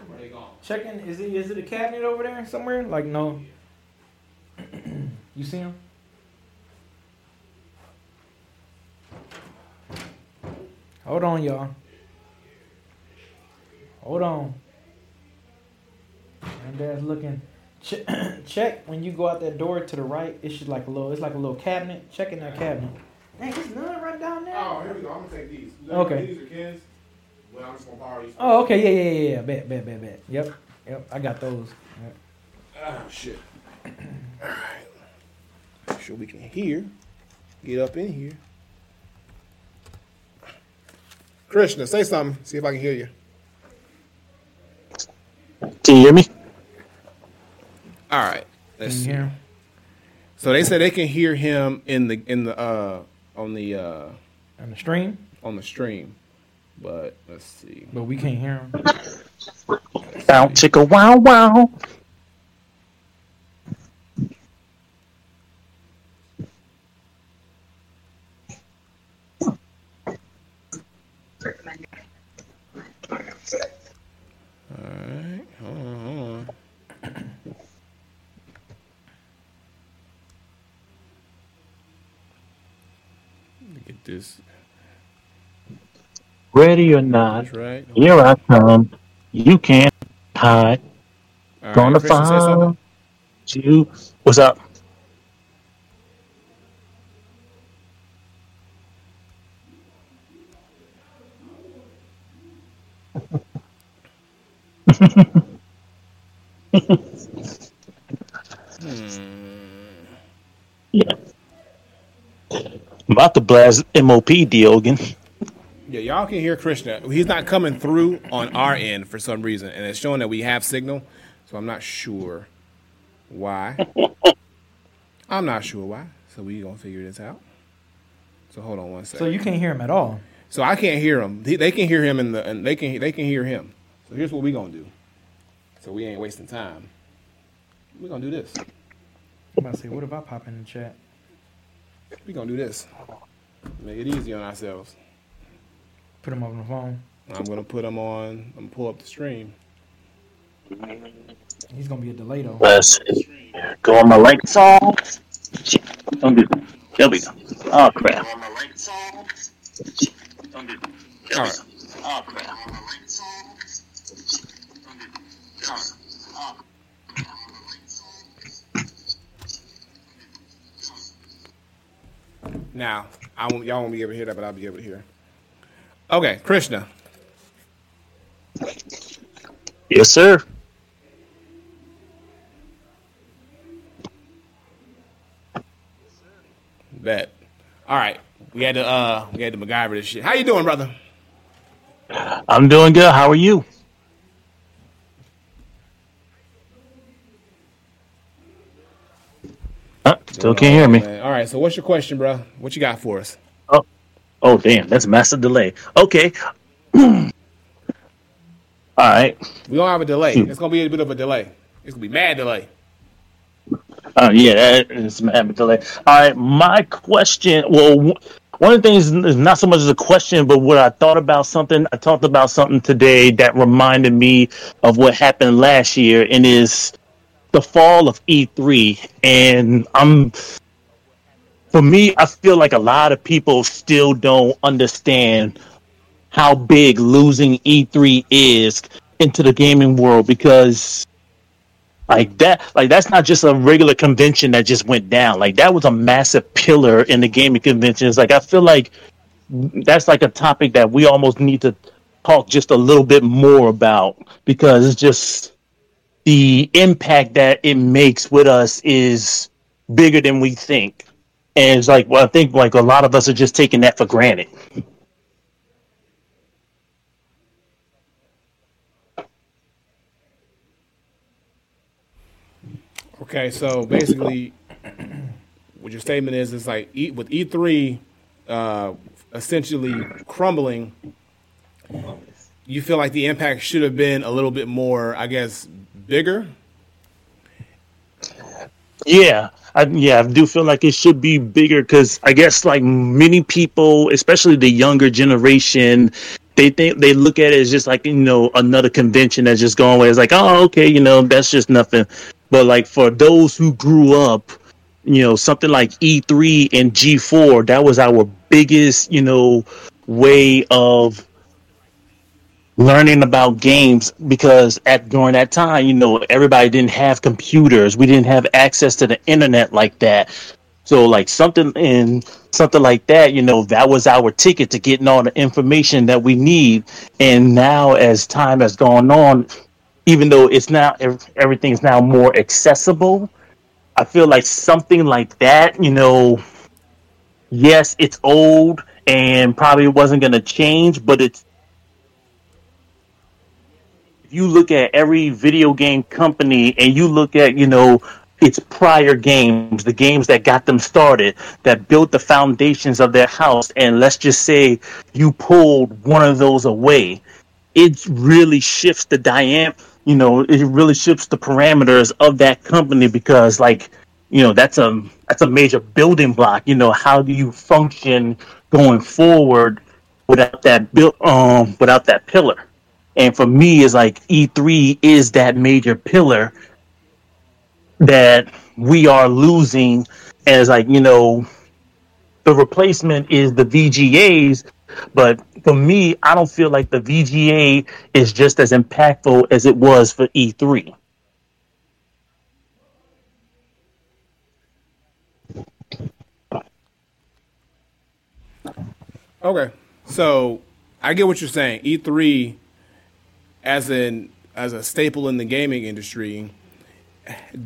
Speaker 2: Where they gone?
Speaker 6: Checking, is it is it a cabinet over there somewhere? Like no. you see him? Hold on, y'all. Hold on. And dad's looking. Che- check when you go out that door to the right. It's just like a little. It's like a little cabinet. Check in that cabinet. Dang, there's none right down there.
Speaker 7: Oh, here we go. I'm gonna take these. Look,
Speaker 6: Okay.
Speaker 7: These are Ken's. Well, I'm just gonna borrow these.
Speaker 6: Oh, okay. Yeah, yeah, yeah, yeah. Bet, bet, bet, bet. Yep, yep. I got those. Yep.
Speaker 2: Oh shit. Alright. Make sure we can hear. Get up in here. Krishna, say something. See if I can hear you.
Speaker 3: Can you hear me?
Speaker 2: All right. Let's see.
Speaker 6: Yeah.
Speaker 2: So they said they can hear him in the in the uh on the uh
Speaker 6: On the stream,
Speaker 2: on the stream. But let's see.
Speaker 6: but we can't hear him.
Speaker 3: Bow chicka wow wow.
Speaker 2: Alright, hold on, hold on. Get this
Speaker 3: Ready or not,
Speaker 2: that's right.
Speaker 3: here I come. You can't hide.
Speaker 2: All right,
Speaker 3: Gonna
Speaker 2: Christian, say something.
Speaker 3: find you. What's up? Yeah. I'm about to blast MOP Diogen.
Speaker 2: Yeah, y'all can hear Krishna. He's not coming through on our end for some reason, and it's showing that we have signal. So I'm not sure why. I'm not sure why. So we gonna figure this out. So hold on one second.
Speaker 6: So you can't hear him at all.
Speaker 2: So I can't hear him. They- They can hear him in the and they can they can hear him. So here's what we gonna do. So we ain't wasting time. We gonna do this.
Speaker 6: I'm about to say, what if I pop in the chat?
Speaker 2: We gonna do this. Make it easy on ourselves.
Speaker 6: Put him on the phone.
Speaker 2: I'm gonna put him on. I'm gonna pull up the stream.
Speaker 6: He's gonna be a delay though.
Speaker 3: Let's see. Go on my right song. Shit. Don't do that. There we go. Oh, crap.
Speaker 2: All right. Now, I won't, y'all won't be able to hear that, but I'll be able to hear. Okay, Krishna.
Speaker 3: Yes, sir.
Speaker 2: Bet. All right, we had to uh, we had to MacGyver this shit. How you doing, brother?
Speaker 3: I'm doing good. How are you? Huh? Still can't hear me.
Speaker 2: All right, so what's your question, bro? What you got for us?
Speaker 3: Oh, oh, damn! That's massive delay. Okay. All right.
Speaker 2: We don't have a delay. It's gonna be a bit of a delay. It's gonna be mad delay.
Speaker 3: Oh yeah, that is having delay. All right, my question. Well, w- one of the things is not so much as a question, but what I thought about something. I talked about something today that reminded me of what happened last year, and is the fall of E3. And I'm, for me, I feel like a lot of people still don't understand how big losing E3 is into the gaming world because like that like that's not just a regular convention that just went down like that was a massive pillar in the gaming conventions like i feel like that's like a topic that we almost need to talk just a little bit more about because it's just the impact that it makes with us is bigger than we think and it's like well i think like a lot of us are just taking that for granted
Speaker 2: Okay, so basically, what your statement is is like e, with E three uh, essentially crumbling. You feel like the impact should have been a little bit more, I guess, bigger
Speaker 3: Yeah, I, yeah, I do feel like it should be bigger because I guess like many people, especially the younger generation, they think they look at it as just like you know another convention that's just going away. It's like oh okay, you know that's just nothing. But like for those who grew up, you know something like E3 and G4, that was our biggest you know way of learning about games because at during that time, you know, everybody didn't have computers. We didn't have access to the internet like that. So like something in something like that, you know, that was our ticket to getting all the information that we need. And now as time has gone on, even though it's now ev- everything's now more accessible, I feel like something like that, you know, yes, it's old and probably wasn't going to change, but it's if you look at every video game company and you look at you know its prior games the games that got them started that built the foundations of their house and let's just say you pulled one of those away it really shifts the diam you know it really shifts the parameters of that company because like you know that's a that's a major building block you know how do you function going forward without that built um without that pillar and for me, it's like E3 is that major pillar that we are losing. As like you know, the replacement is the VGAs, but for me, I don't feel like the VGA is just as impactful as it was for E E3.
Speaker 2: Okay, so I get what you're saying. E3 as an as a staple in the gaming industry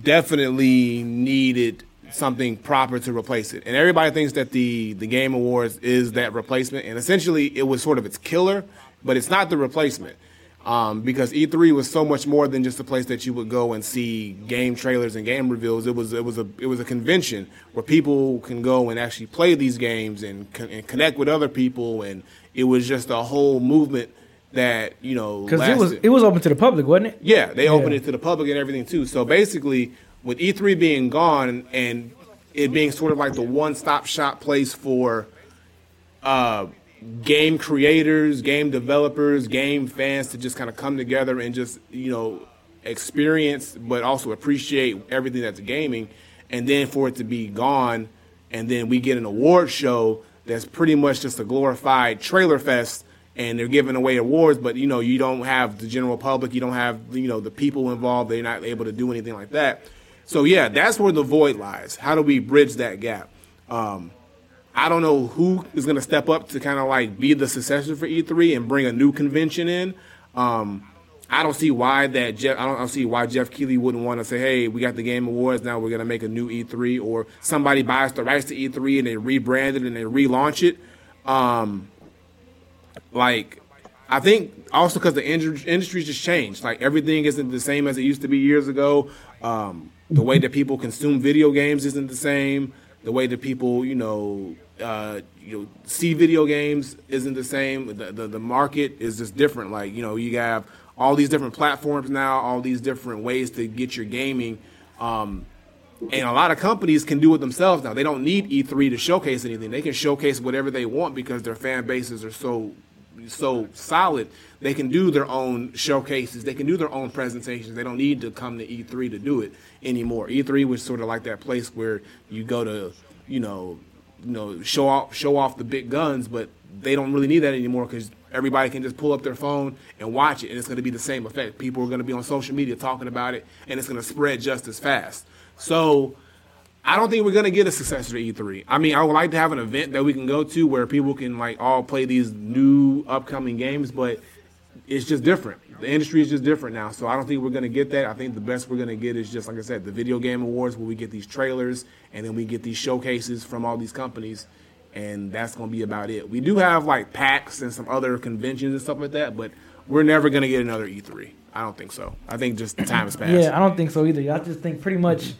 Speaker 2: definitely needed something proper to replace it. And everybody thinks that the the game awards is that replacement and essentially it was sort of its killer, but it's not the replacement. Um, because E3 was so much more than just a place that you would go and see game trailers and game reveals. It was it was a it was a convention where people can go and actually play these games and, con- and connect with other people, and it was just a whole movement that you know
Speaker 8: because it was
Speaker 2: lasted.
Speaker 8: it was open to the public, wasn't it?
Speaker 2: Yeah, they opened it to the public and everything too. So basically, with E3 being gone and it being sort of like the one-stop shop place for uh, game creators, game developers, game fans to just kind of come together and just you know experience, but also appreciate everything that's gaming, and then for it to be gone, and then we get an award show that's pretty much just a glorified trailer fest. And they're giving away awards, but you know you don't have the general public, you don't have you know the people involved. They're not able to do anything like that. So yeah, that's where the void lies. How do we bridge that gap? Um, I don't know who is going to step up to kind of like be the successor for E3 and bring a new convention in. Um, I don't see why that Jeff. I don't, I don't see why Jeff Keighley wouldn't want to say, "Hey, we got the Game Awards now. We're going to make a new E3," or somebody buys the rights to E3 and they rebrand it and they relaunch it. Um, like I think also because the industry industry's just changed. Like everything isn't the same as it used to be years ago. Um, the way that people consume video games isn't the same. The way that people, you know, uh, you know, see video games isn't the same. The, the the market is just different. Like you know, you have all these different platforms now, all these different ways to get your gaming. Um, and a lot of companies can do it themselves now. They don't need E3 to showcase anything. They can showcase whatever they want because their fan bases are so so solid. They can do their own showcases. They can do their own presentations. They don't need to come to E3 to do it anymore. E3 was sort of like that place where you go to, you know, you know, show off show off the big guns, but they don't really need that anymore because everybody can just pull up their phone and watch it, and it's going to be the same effect. People are going to be on social media talking about it, and it's going to spread just as fast. So I don't think we're gonna get a successor to E3. I mean, I would like to have an event that we can go to where people can like all play these new upcoming games, but it's just different. The industry is just different now, so I don't think we're gonna get that. I think the best we're gonna get is just like I said, the video game awards where we get these trailers and then we get these showcases from all these companies, and that's gonna be about it. We do have like PAX and some other conventions and stuff like that, but we're never gonna get another E3. I don't think so. I think just the time has passed.
Speaker 8: Yeah, I don't think so either. I just think pretty much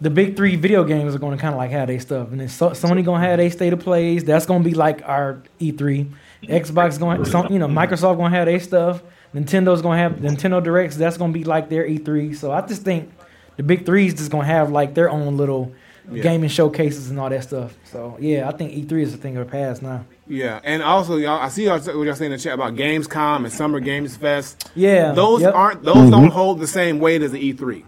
Speaker 8: the big three video games are going to kind of like have their stuff, and then so- Sony going to have their state of plays. That's going to be like our E E3. Xbox going, some, you know, Microsoft going to have their stuff. Nintendo's going to have Nintendo Directs. That's going to be like their E3. So I just think the big threes just gonna have like their own little gaming showcases and all that stuff. So yeah, I think E three is a thing of the past now.
Speaker 2: Yeah, and also y'all, I see y'all what y'all saying in the chat about Gamescom and Summer Games Fest.
Speaker 8: Yeah,
Speaker 2: those
Speaker 8: yep.
Speaker 2: aren't those don't hold the same weight as the E3.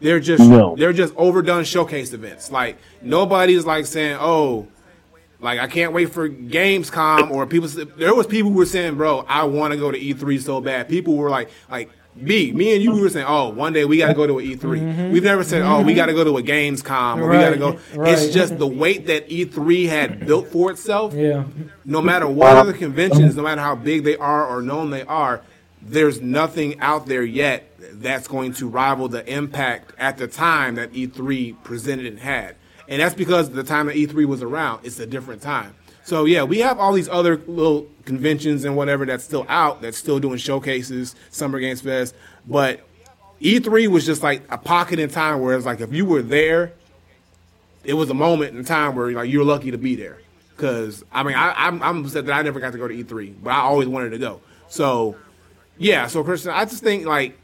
Speaker 2: They're just
Speaker 3: No.
Speaker 2: they're just overdone showcase events. Like nobody's like saying, "Oh, like I can't wait for Gamescom." Or people, s- there was people who were saying, "Bro, I want to go to E3 so bad." People were like, like. B, me and you, we were saying, oh, one day we got to go to an E3. We've never said, oh, we got to go to a Gamescom or we got to
Speaker 8: Mm-hmm. Right,
Speaker 2: go.
Speaker 8: right.
Speaker 2: It's just the weight that E3 had built for itself
Speaker 8: Yeah,
Speaker 2: no matter what other conventions, no matter how big they are or known they are, there's nothing out there yet that's going to rival the impact at the time that E3 presented and had. And that's because the time that E3 was around, it's a different time. So yeah, we have all these other little conventions and whatever that's still out, that's still doing showcases, Summer Games Fest, but E3 was just like a pocket in time where it's like if you were there, it was a moment in time where like you're lucky to be there. Cause I mean I, I'm I'm upset that I never got to go to E3, but I always wanted to go. So yeah, so Christian, I just think like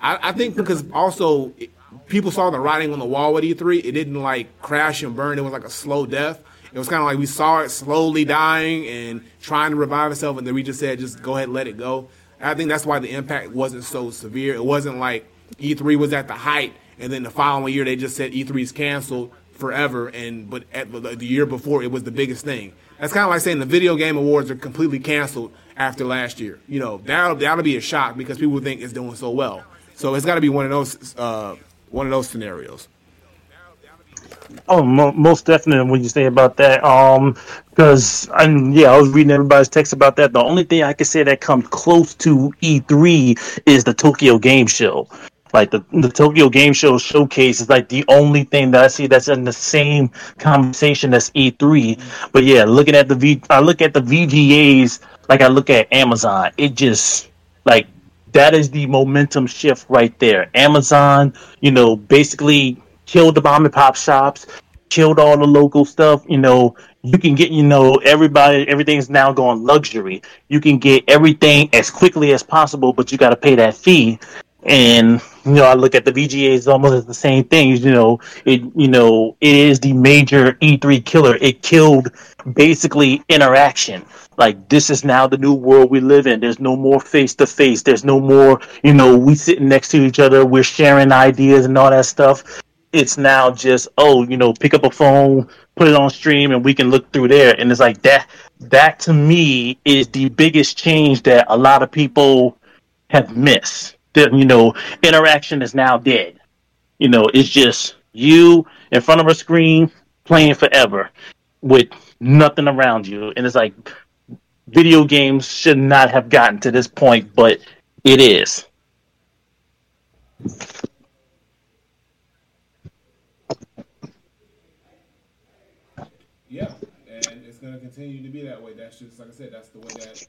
Speaker 2: I, I think because also it, people saw the writing on the wall with E3, it didn't like crash and burn. It was like a slow death. It was kind of like we saw it slowly dying and trying to revive itself, and then we just said just go ahead and let it go. And I think that's why the impact wasn't so severe. It wasn't like E3 was at the height, and then the following year they just said E3 is canceled forever. And but at the, the year before it was the biggest thing. That's kind of like saying the video game awards are completely canceled after last year. You know that'll that'll be a shock because people think it's doing so well. So it's got to be one of those uh, one of those scenarios.
Speaker 3: Oh, mo- most definitely. When you say about that, um, because and yeah, I was reading everybody's text about that. The only thing I can say that comes close to E3 is the Tokyo Game Show. Like the the Tokyo Game Show showcase is like the only thing that I see that's in the same conversation as E3. But yeah, looking at the V, I look at the VGAs like I look at Amazon. It just like that is the momentum shift right there. Amazon, you know, basically killed the bomb and pop shops, killed all the local stuff. You know, you can get, you know, everybody, everything's now going luxury. You can get everything as quickly as possible, but you got to pay that fee. And you know, I look at the VGAs almost as the same thing. You know, it you know it is the major E3 killer. It killed basically interaction. Like this is now the new world we live in. There's no more face to face. There's no more you know we sitting next to each other. We're sharing ideas and all that stuff. It's now just oh you know pick up a phone, put it on stream, and we can look through there. And it's like that. That to me is the biggest change that a lot of people have missed. That you know, interaction is now dead. You know, it's just you in front of a screen playing forever with nothing around you, and it's like video games should not have gotten to this point, but it is.
Speaker 2: Yeah, and it's going to continue to be that way. That's just like I said. That's the way that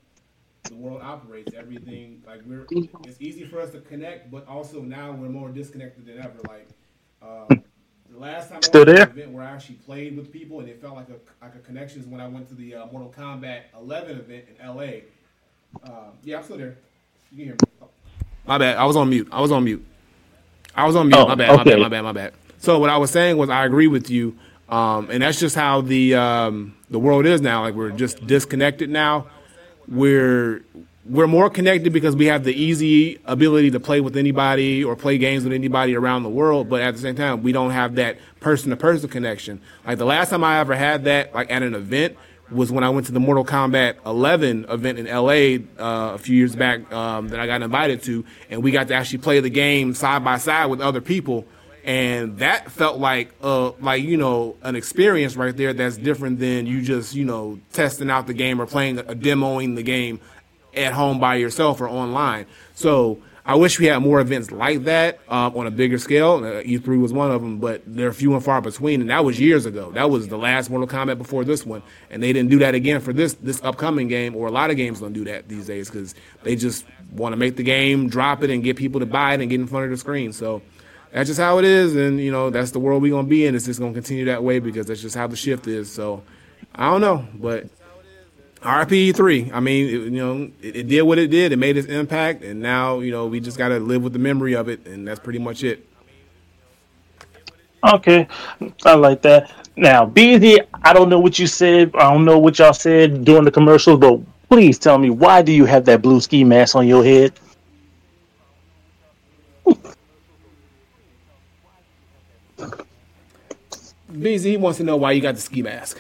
Speaker 2: the world operates. Everything like we're it's easy for us to connect, but also now we're more disconnected than ever. Like uh, the last time
Speaker 3: Still
Speaker 2: I went to
Speaker 3: there?
Speaker 2: an event where I actually played with people and it felt like a like a connection is when I went to the uh, Mortal Kombat 11 event in L.A. Um, yeah, I'm still there. You can hear me. My bad. I was on mute. I was on mute. I was on mute.
Speaker 3: Oh,
Speaker 2: my bad. My bad.
Speaker 3: okay.
Speaker 2: My bad. My bad. So what I was saying was I agree with you, um, and that's just how the um, the world is now. Like we're just disconnected now. We're we're more connected because we have the easy ability to play with anybody or play games with anybody around the world. But at the same time, we don't have that person to person connection. Like the last time I ever had that, like at an event, was when I went to the Mortal Kombat 11 event in LA uh, a few years back um, that I got invited to, and we got to actually play the game side by side with other people, and that felt like uh like you know an experience right there that's different than you just you know testing out the game or playing uh, demoing the game at home by yourself or online. So I wish we had more events like that uh, on a bigger scale. Uh, E3 was one of them, but they're few and far between. And that was years ago. That was the last Mortal Kombat before this one, and they didn't do that again for this this upcoming game. Or a lot of games don't do that these days because they just want to make the game, drop it, and get people to buy it and get in front of the screen. So that's just how it is, and you know that's the world we're gonna be in. It's just gonna continue that way because that's just how the shift is. So I don't know, but RPE E three. I mean, it, you know, it, it did what it did. It made its impact, and now you know we just got to live with the memory of it, and that's pretty much it.
Speaker 5: Okay, I like that. Now, BZ, I don't know what you said. I don't know what y'all said during the commercials, but please tell me why do you have that blue ski mask on your head?
Speaker 2: BZ he wants to know why you got the ski mask.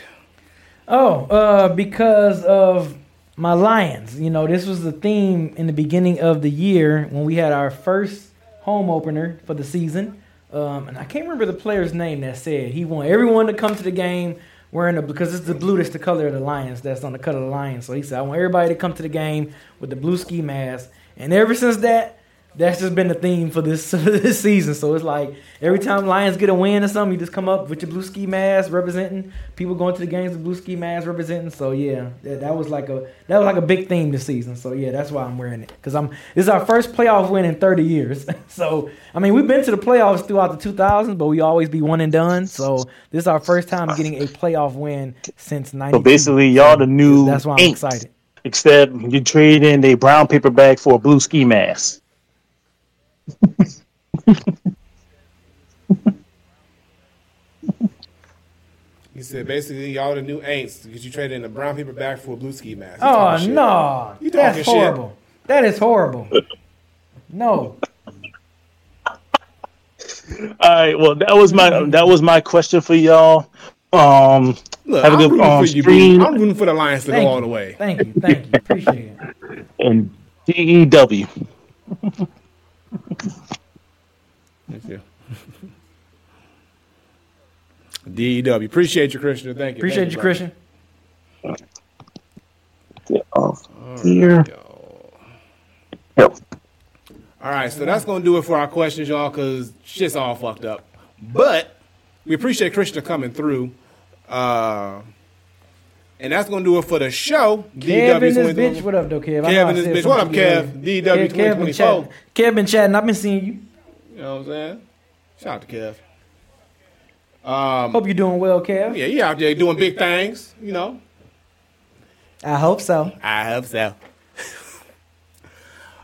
Speaker 3: Oh, uh, because of my Lions. You know, this was the theme in the beginning of the year when we had our first home opener for the season. Um, and I can't remember the player's name that said he wanted everyone to come to the game wearing the because it's the blue that's the color of the Lions that's on the cut of the Lions. So he said, I want everybody to come to the game with the blue ski mask. And ever since that, that's just been the theme for this this season. So it's like every time Lions get a win or something, you just come up with your blue ski mask representing people going to the games with blue ski mask representing. So yeah, that, that was like a that was like a big theme this season. So yeah, that's why I'm wearing it because I'm this is our first playoff win in 30 years. so I mean we've been to the playoffs throughout the 2000s, but we always be one and done. So this is our first time getting a playoff win since 90.
Speaker 5: So basically, y'all the new
Speaker 3: that's why I'm
Speaker 5: Inks,
Speaker 3: excited.
Speaker 5: Except you trade in a brown paper bag for a blue ski mask.
Speaker 2: He said basically y'all the new ain'ts because you traded in a brown paper bag for a blue ski mask. You
Speaker 3: Oh
Speaker 2: talking shit.
Speaker 3: no,
Speaker 2: You talking
Speaker 3: that's
Speaker 2: shit.
Speaker 3: horrible. That is horrible. No.
Speaker 5: All right. Well, that was my that was my question for y'all. Um,
Speaker 2: Look,
Speaker 5: have a
Speaker 2: I'm
Speaker 5: good
Speaker 2: rooting
Speaker 5: um,
Speaker 2: for you, B.
Speaker 5: stream
Speaker 2: I'm rooting for the Lions to
Speaker 3: Thank
Speaker 2: go all
Speaker 3: you.
Speaker 2: the way.
Speaker 3: Thank you. Thank you. Appreciate it.
Speaker 5: and DEW.
Speaker 2: Thank you. DEW. E Appreciate you, Christian. Thank you.
Speaker 3: Appreciate
Speaker 2: Thank brother.
Speaker 3: you, Christian.
Speaker 5: Get off here. Yep.
Speaker 2: All right, so that's going to do it for our questions, y'all, because shit's all fucked up. But we appreciate Krishna coming through. Uh, and that's going to do it for the show. E DW
Speaker 3: Kev and this
Speaker 2: 2024.
Speaker 3: bitch, what up, though, Kev? I know
Speaker 2: Kev
Speaker 3: I
Speaker 2: and this
Speaker 3: said
Speaker 2: bitch. What up,
Speaker 3: something to you
Speaker 2: Kev? E
Speaker 3: earlier.
Speaker 2: DW
Speaker 3: Kev been
Speaker 2: 2024.
Speaker 3: chatting. Kev been chatting. I've been seeing you.
Speaker 2: You know what I'm saying? Shout out to Kev.
Speaker 3: Hope you're doing well, Kev.
Speaker 2: Yeah, he out there doing big things, you know.
Speaker 3: I hope so.
Speaker 2: I hope so.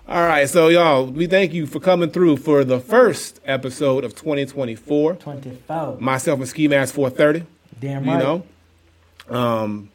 Speaker 2: All right, so y'all, we thank you for coming through for the first episode of 2024.
Speaker 3: 24.
Speaker 2: Myself and Ski Mask 430.
Speaker 3: Damn
Speaker 2: You
Speaker 3: right.
Speaker 2: know, um,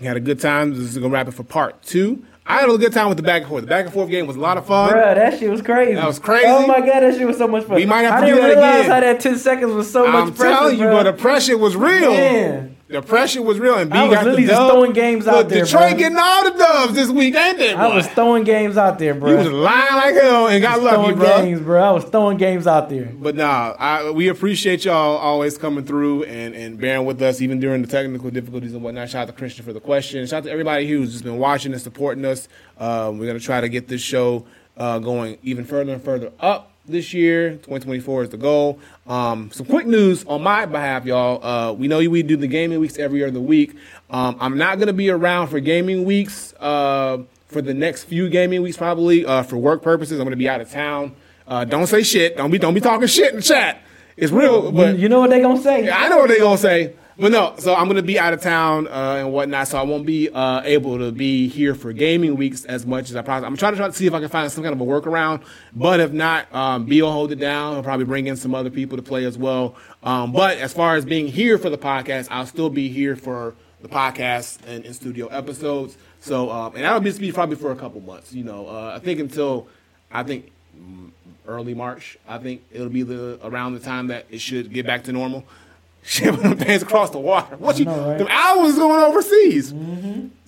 Speaker 2: we had a good time. This is gonna wrap it for part two. I had a good time with the back and forth. The back and forth game was a lot of fun.
Speaker 3: Bruh, that shit was crazy.
Speaker 2: That was crazy.
Speaker 3: Oh my god, that shit was so much fun.
Speaker 2: We might have to
Speaker 3: I
Speaker 2: do
Speaker 3: didn't
Speaker 2: that
Speaker 3: realize
Speaker 2: again.
Speaker 3: how that 10 seconds was so
Speaker 2: I'm
Speaker 3: much pressure.
Speaker 2: telling you,
Speaker 3: bruh.
Speaker 2: bro, the pressure was real.
Speaker 3: Man.
Speaker 2: The pressure was real, and B
Speaker 3: I was
Speaker 2: got
Speaker 3: literally
Speaker 2: the
Speaker 3: just
Speaker 2: dub.
Speaker 3: throwing games
Speaker 2: Look,
Speaker 3: out there,
Speaker 2: Detroit
Speaker 3: bro.
Speaker 2: getting all the dubs this week, ain't they?
Speaker 3: I was
Speaker 2: boy?
Speaker 3: throwing games out there, bro.
Speaker 2: you was lying like hell and got lucky,
Speaker 3: throwing
Speaker 2: bro.
Speaker 3: games, bro. I was throwing games out there.
Speaker 2: But nah, I, we appreciate y'all always coming through and, and bearing with us even during the technical difficulties and whatnot. Shout out to Christian for the question. Shout out to everybody who's just been watching and supporting us. Um, we're gonna try to get this show uh, going even further and further up this year. 2024 is the goal. Um, some quick news on my behalf, y'all. Uh, we know we do the gaming weeks every other week. Um, I'm not gonna be around for gaming weeks uh, for the next few gaming weeks probably uh, for work purposes. I'm gonna be out of town. Uh, don't say shit. Don't be don't be talking shit in the chat. It's real, but
Speaker 3: you know what they gonna say?
Speaker 2: I know what they gonna say. But no, so I'm gonna be out of town uh, and whatnot, so I won't be uh, able to be here for gaming weeks as much as I possibly. I'm trying to try to see if I can find some kind of a workaround, but if not, um, B will hold it down. I'll probably bring in some other people to play as well. Um, but as far as being here for the podcast, I'll still be here for the podcast and in studio episodes. So um, and that'll just be probably for a couple months. You know, uh, I think until I think early March. I think it'll be the around the time that it should get back to normal. Shipping them things across the water. What you?
Speaker 3: know, right? Mm-hmm.
Speaker 2: Them hours going overseas.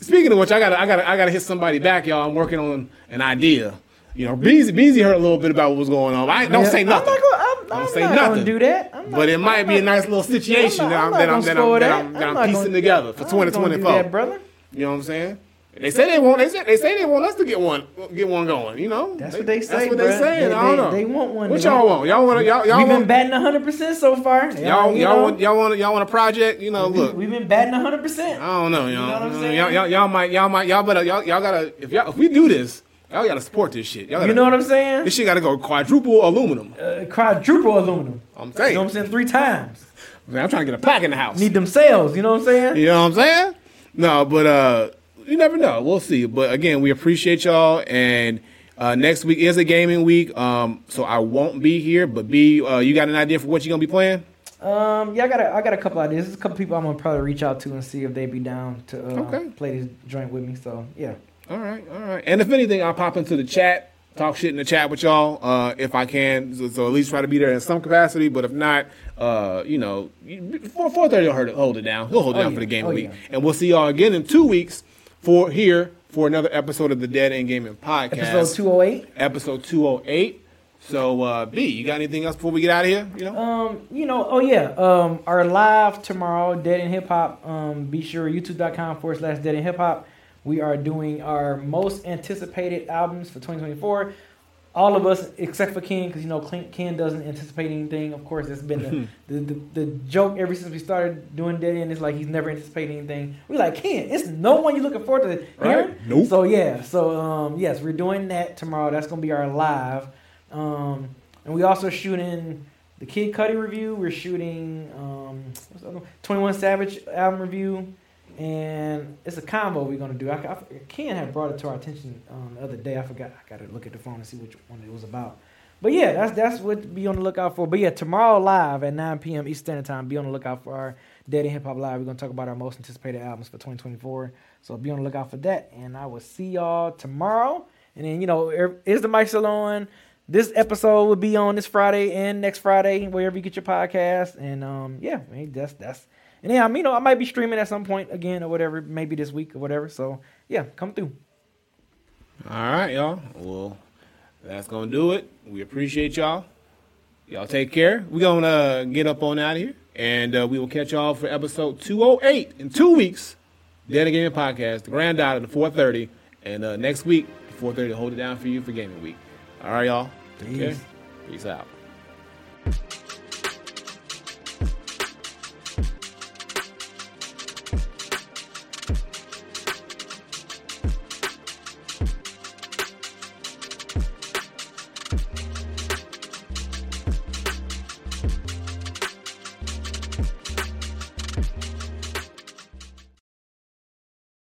Speaker 2: Speaking of which, I got I got I got to hit somebody back, y'all. I'm working on an idea. You know, Beezy Beezy heard a little bit about what was going on. I don't
Speaker 3: Yeah.
Speaker 2: say nothing.
Speaker 3: I'm not gonna, I'm,
Speaker 2: Don't
Speaker 3: I'm
Speaker 2: say
Speaker 3: not
Speaker 2: nothing.
Speaker 3: gonna do that. I'm not,
Speaker 2: but it might
Speaker 3: I'm
Speaker 2: be a
Speaker 3: not-
Speaker 2: nice little situation
Speaker 3: I'm
Speaker 2: that I'm
Speaker 3: not-
Speaker 2: that
Speaker 3: I'm
Speaker 2: I'm that
Speaker 3: not gonna
Speaker 2: I'm, that
Speaker 3: score
Speaker 2: I'm,
Speaker 3: that.
Speaker 2: that
Speaker 3: I'm
Speaker 2: I'm
Speaker 3: not
Speaker 2: piecing
Speaker 3: gonna do
Speaker 2: together for
Speaker 3: that. I'm not gonna do
Speaker 2: 2024.
Speaker 3: that, brother.
Speaker 2: You know what I'm saying? They say they want. They say they say they want us to get one, get one going. You know,
Speaker 3: That's what they
Speaker 2: That's
Speaker 3: say,
Speaker 2: what they
Speaker 3: bruh.
Speaker 2: saying.
Speaker 3: They-
Speaker 2: I don't
Speaker 3: they-
Speaker 2: know.
Speaker 3: they want one.
Speaker 2: What
Speaker 3: They
Speaker 2: y'all
Speaker 3: want-
Speaker 2: want? Y'all want? Y'all, y'all
Speaker 3: We've been
Speaker 2: want?
Speaker 3: batting 100 percent so far.
Speaker 2: Y'all,
Speaker 3: you
Speaker 2: y'all
Speaker 3: know,
Speaker 2: want? Y'all want? Y'all want a project? You know, look.
Speaker 3: We've been batting 100 percent.
Speaker 2: I don't know, y'all.
Speaker 3: what I'm
Speaker 2: Uh,
Speaker 3: saying?
Speaker 2: y'all, y'all, y'all might, y'all might, y'all better, y'all, y'all gotta. If y'all, if we do this, y'all gotta support this shit. Y'all gotta,
Speaker 3: You know what I'm saying?
Speaker 2: This shit gotta go quadruple aluminum.
Speaker 3: Uh, quadruple aluminum.
Speaker 2: I'm
Speaker 3: You
Speaker 2: saying.
Speaker 3: know what I'm saying? Three times.
Speaker 2: I'm trying to get a pack in the house.
Speaker 3: Need them sales. You know what I'm saying?
Speaker 2: You know what I'm saying? No, but uh, you never know. We'll see. But again, we appreciate y'all. And uh, next week is a gaming week, um, so I won't be here. But B, uh, you got an idea for what you're gonna be playing?
Speaker 3: Um, yeah, I got a, I got a couple ideas. There's a couple people I'm gonna probably reach out to and see if they'd be down to uh,
Speaker 2: Okay.
Speaker 3: play this joint with me. So yeah,
Speaker 2: All right, all right. And if anything, I'll pop into the chat, talk shit in the chat with y'all uh, if I can. So, so at least try to be there in some capacity. But if not, uh, you know, four four thirty will hold it- hold it down. He'll hold it down
Speaker 3: yeah.
Speaker 2: for the game
Speaker 3: Oh,
Speaker 2: of the week,
Speaker 3: yeah.
Speaker 2: and we'll see y'all again in two weeks for here for another episode of the Dead End Gaming Podcast,
Speaker 3: episode oh- 208.
Speaker 2: episode two hundred eight. So uh, B, you got anything else before we get out of here? You know.
Speaker 3: you know, oh yeah, um, our live tomorrow, Dead in Hip Hop. Um, be sure youtube.com forward slash Dead in Hip Hop. We are doing our most anticipated albums for 2024. All of us except for Ken, because you know Clint- Ken doesn't anticipate anything. Of course, it's been the, the, the, the joke ever since we started doing Dead End. It's like he's never anticipating anything. We're like Ken, it's no one you're looking forward to hearing.
Speaker 2: Right. Nope.
Speaker 3: So yeah, so um, yes, we're doing that tomorrow. That's gonna be our live, um, and we also shooting the Kid Cudi review. We're shooting um, what's the other one? Twenty One Savage album review, and it's a combo we're gonna do. I, I, Ken had brought it to our attention um, the other day. I forgot. I gotta look at the phone and see which one it was about. But yeah, that's that's what to be on the lookout for. But yeah, tomorrow live at 9 p.m. Eastern Standard Time. Be on the lookout for our Dead and Hip Hop Live. We're gonna talk about our most anticipated albums for 2024. So be on the lookout for that. And I will see y'all tomorrow. And then you know, er- is the mic still on? This episode will be on this Friday and next Friday, wherever you get your podcast. And um, yeah, I mean, that's that's. And yeah, I mean, you know, I might be streaming at some point again or whatever, maybe this week or whatever. So yeah, come through.
Speaker 2: All right, y'all. Well, that's gonna do it. We appreciate y'all. Y'all take care. We're gonna uh, get up on out of here, and uh, we will catch y'all for episode 208 in two weeks. Dead Gaming Podcast, the granddaughter, the 4:30, and uh, next week the 4:30 to hold it down for you for Gaming Week. All right, y'all. Take care. Peace out.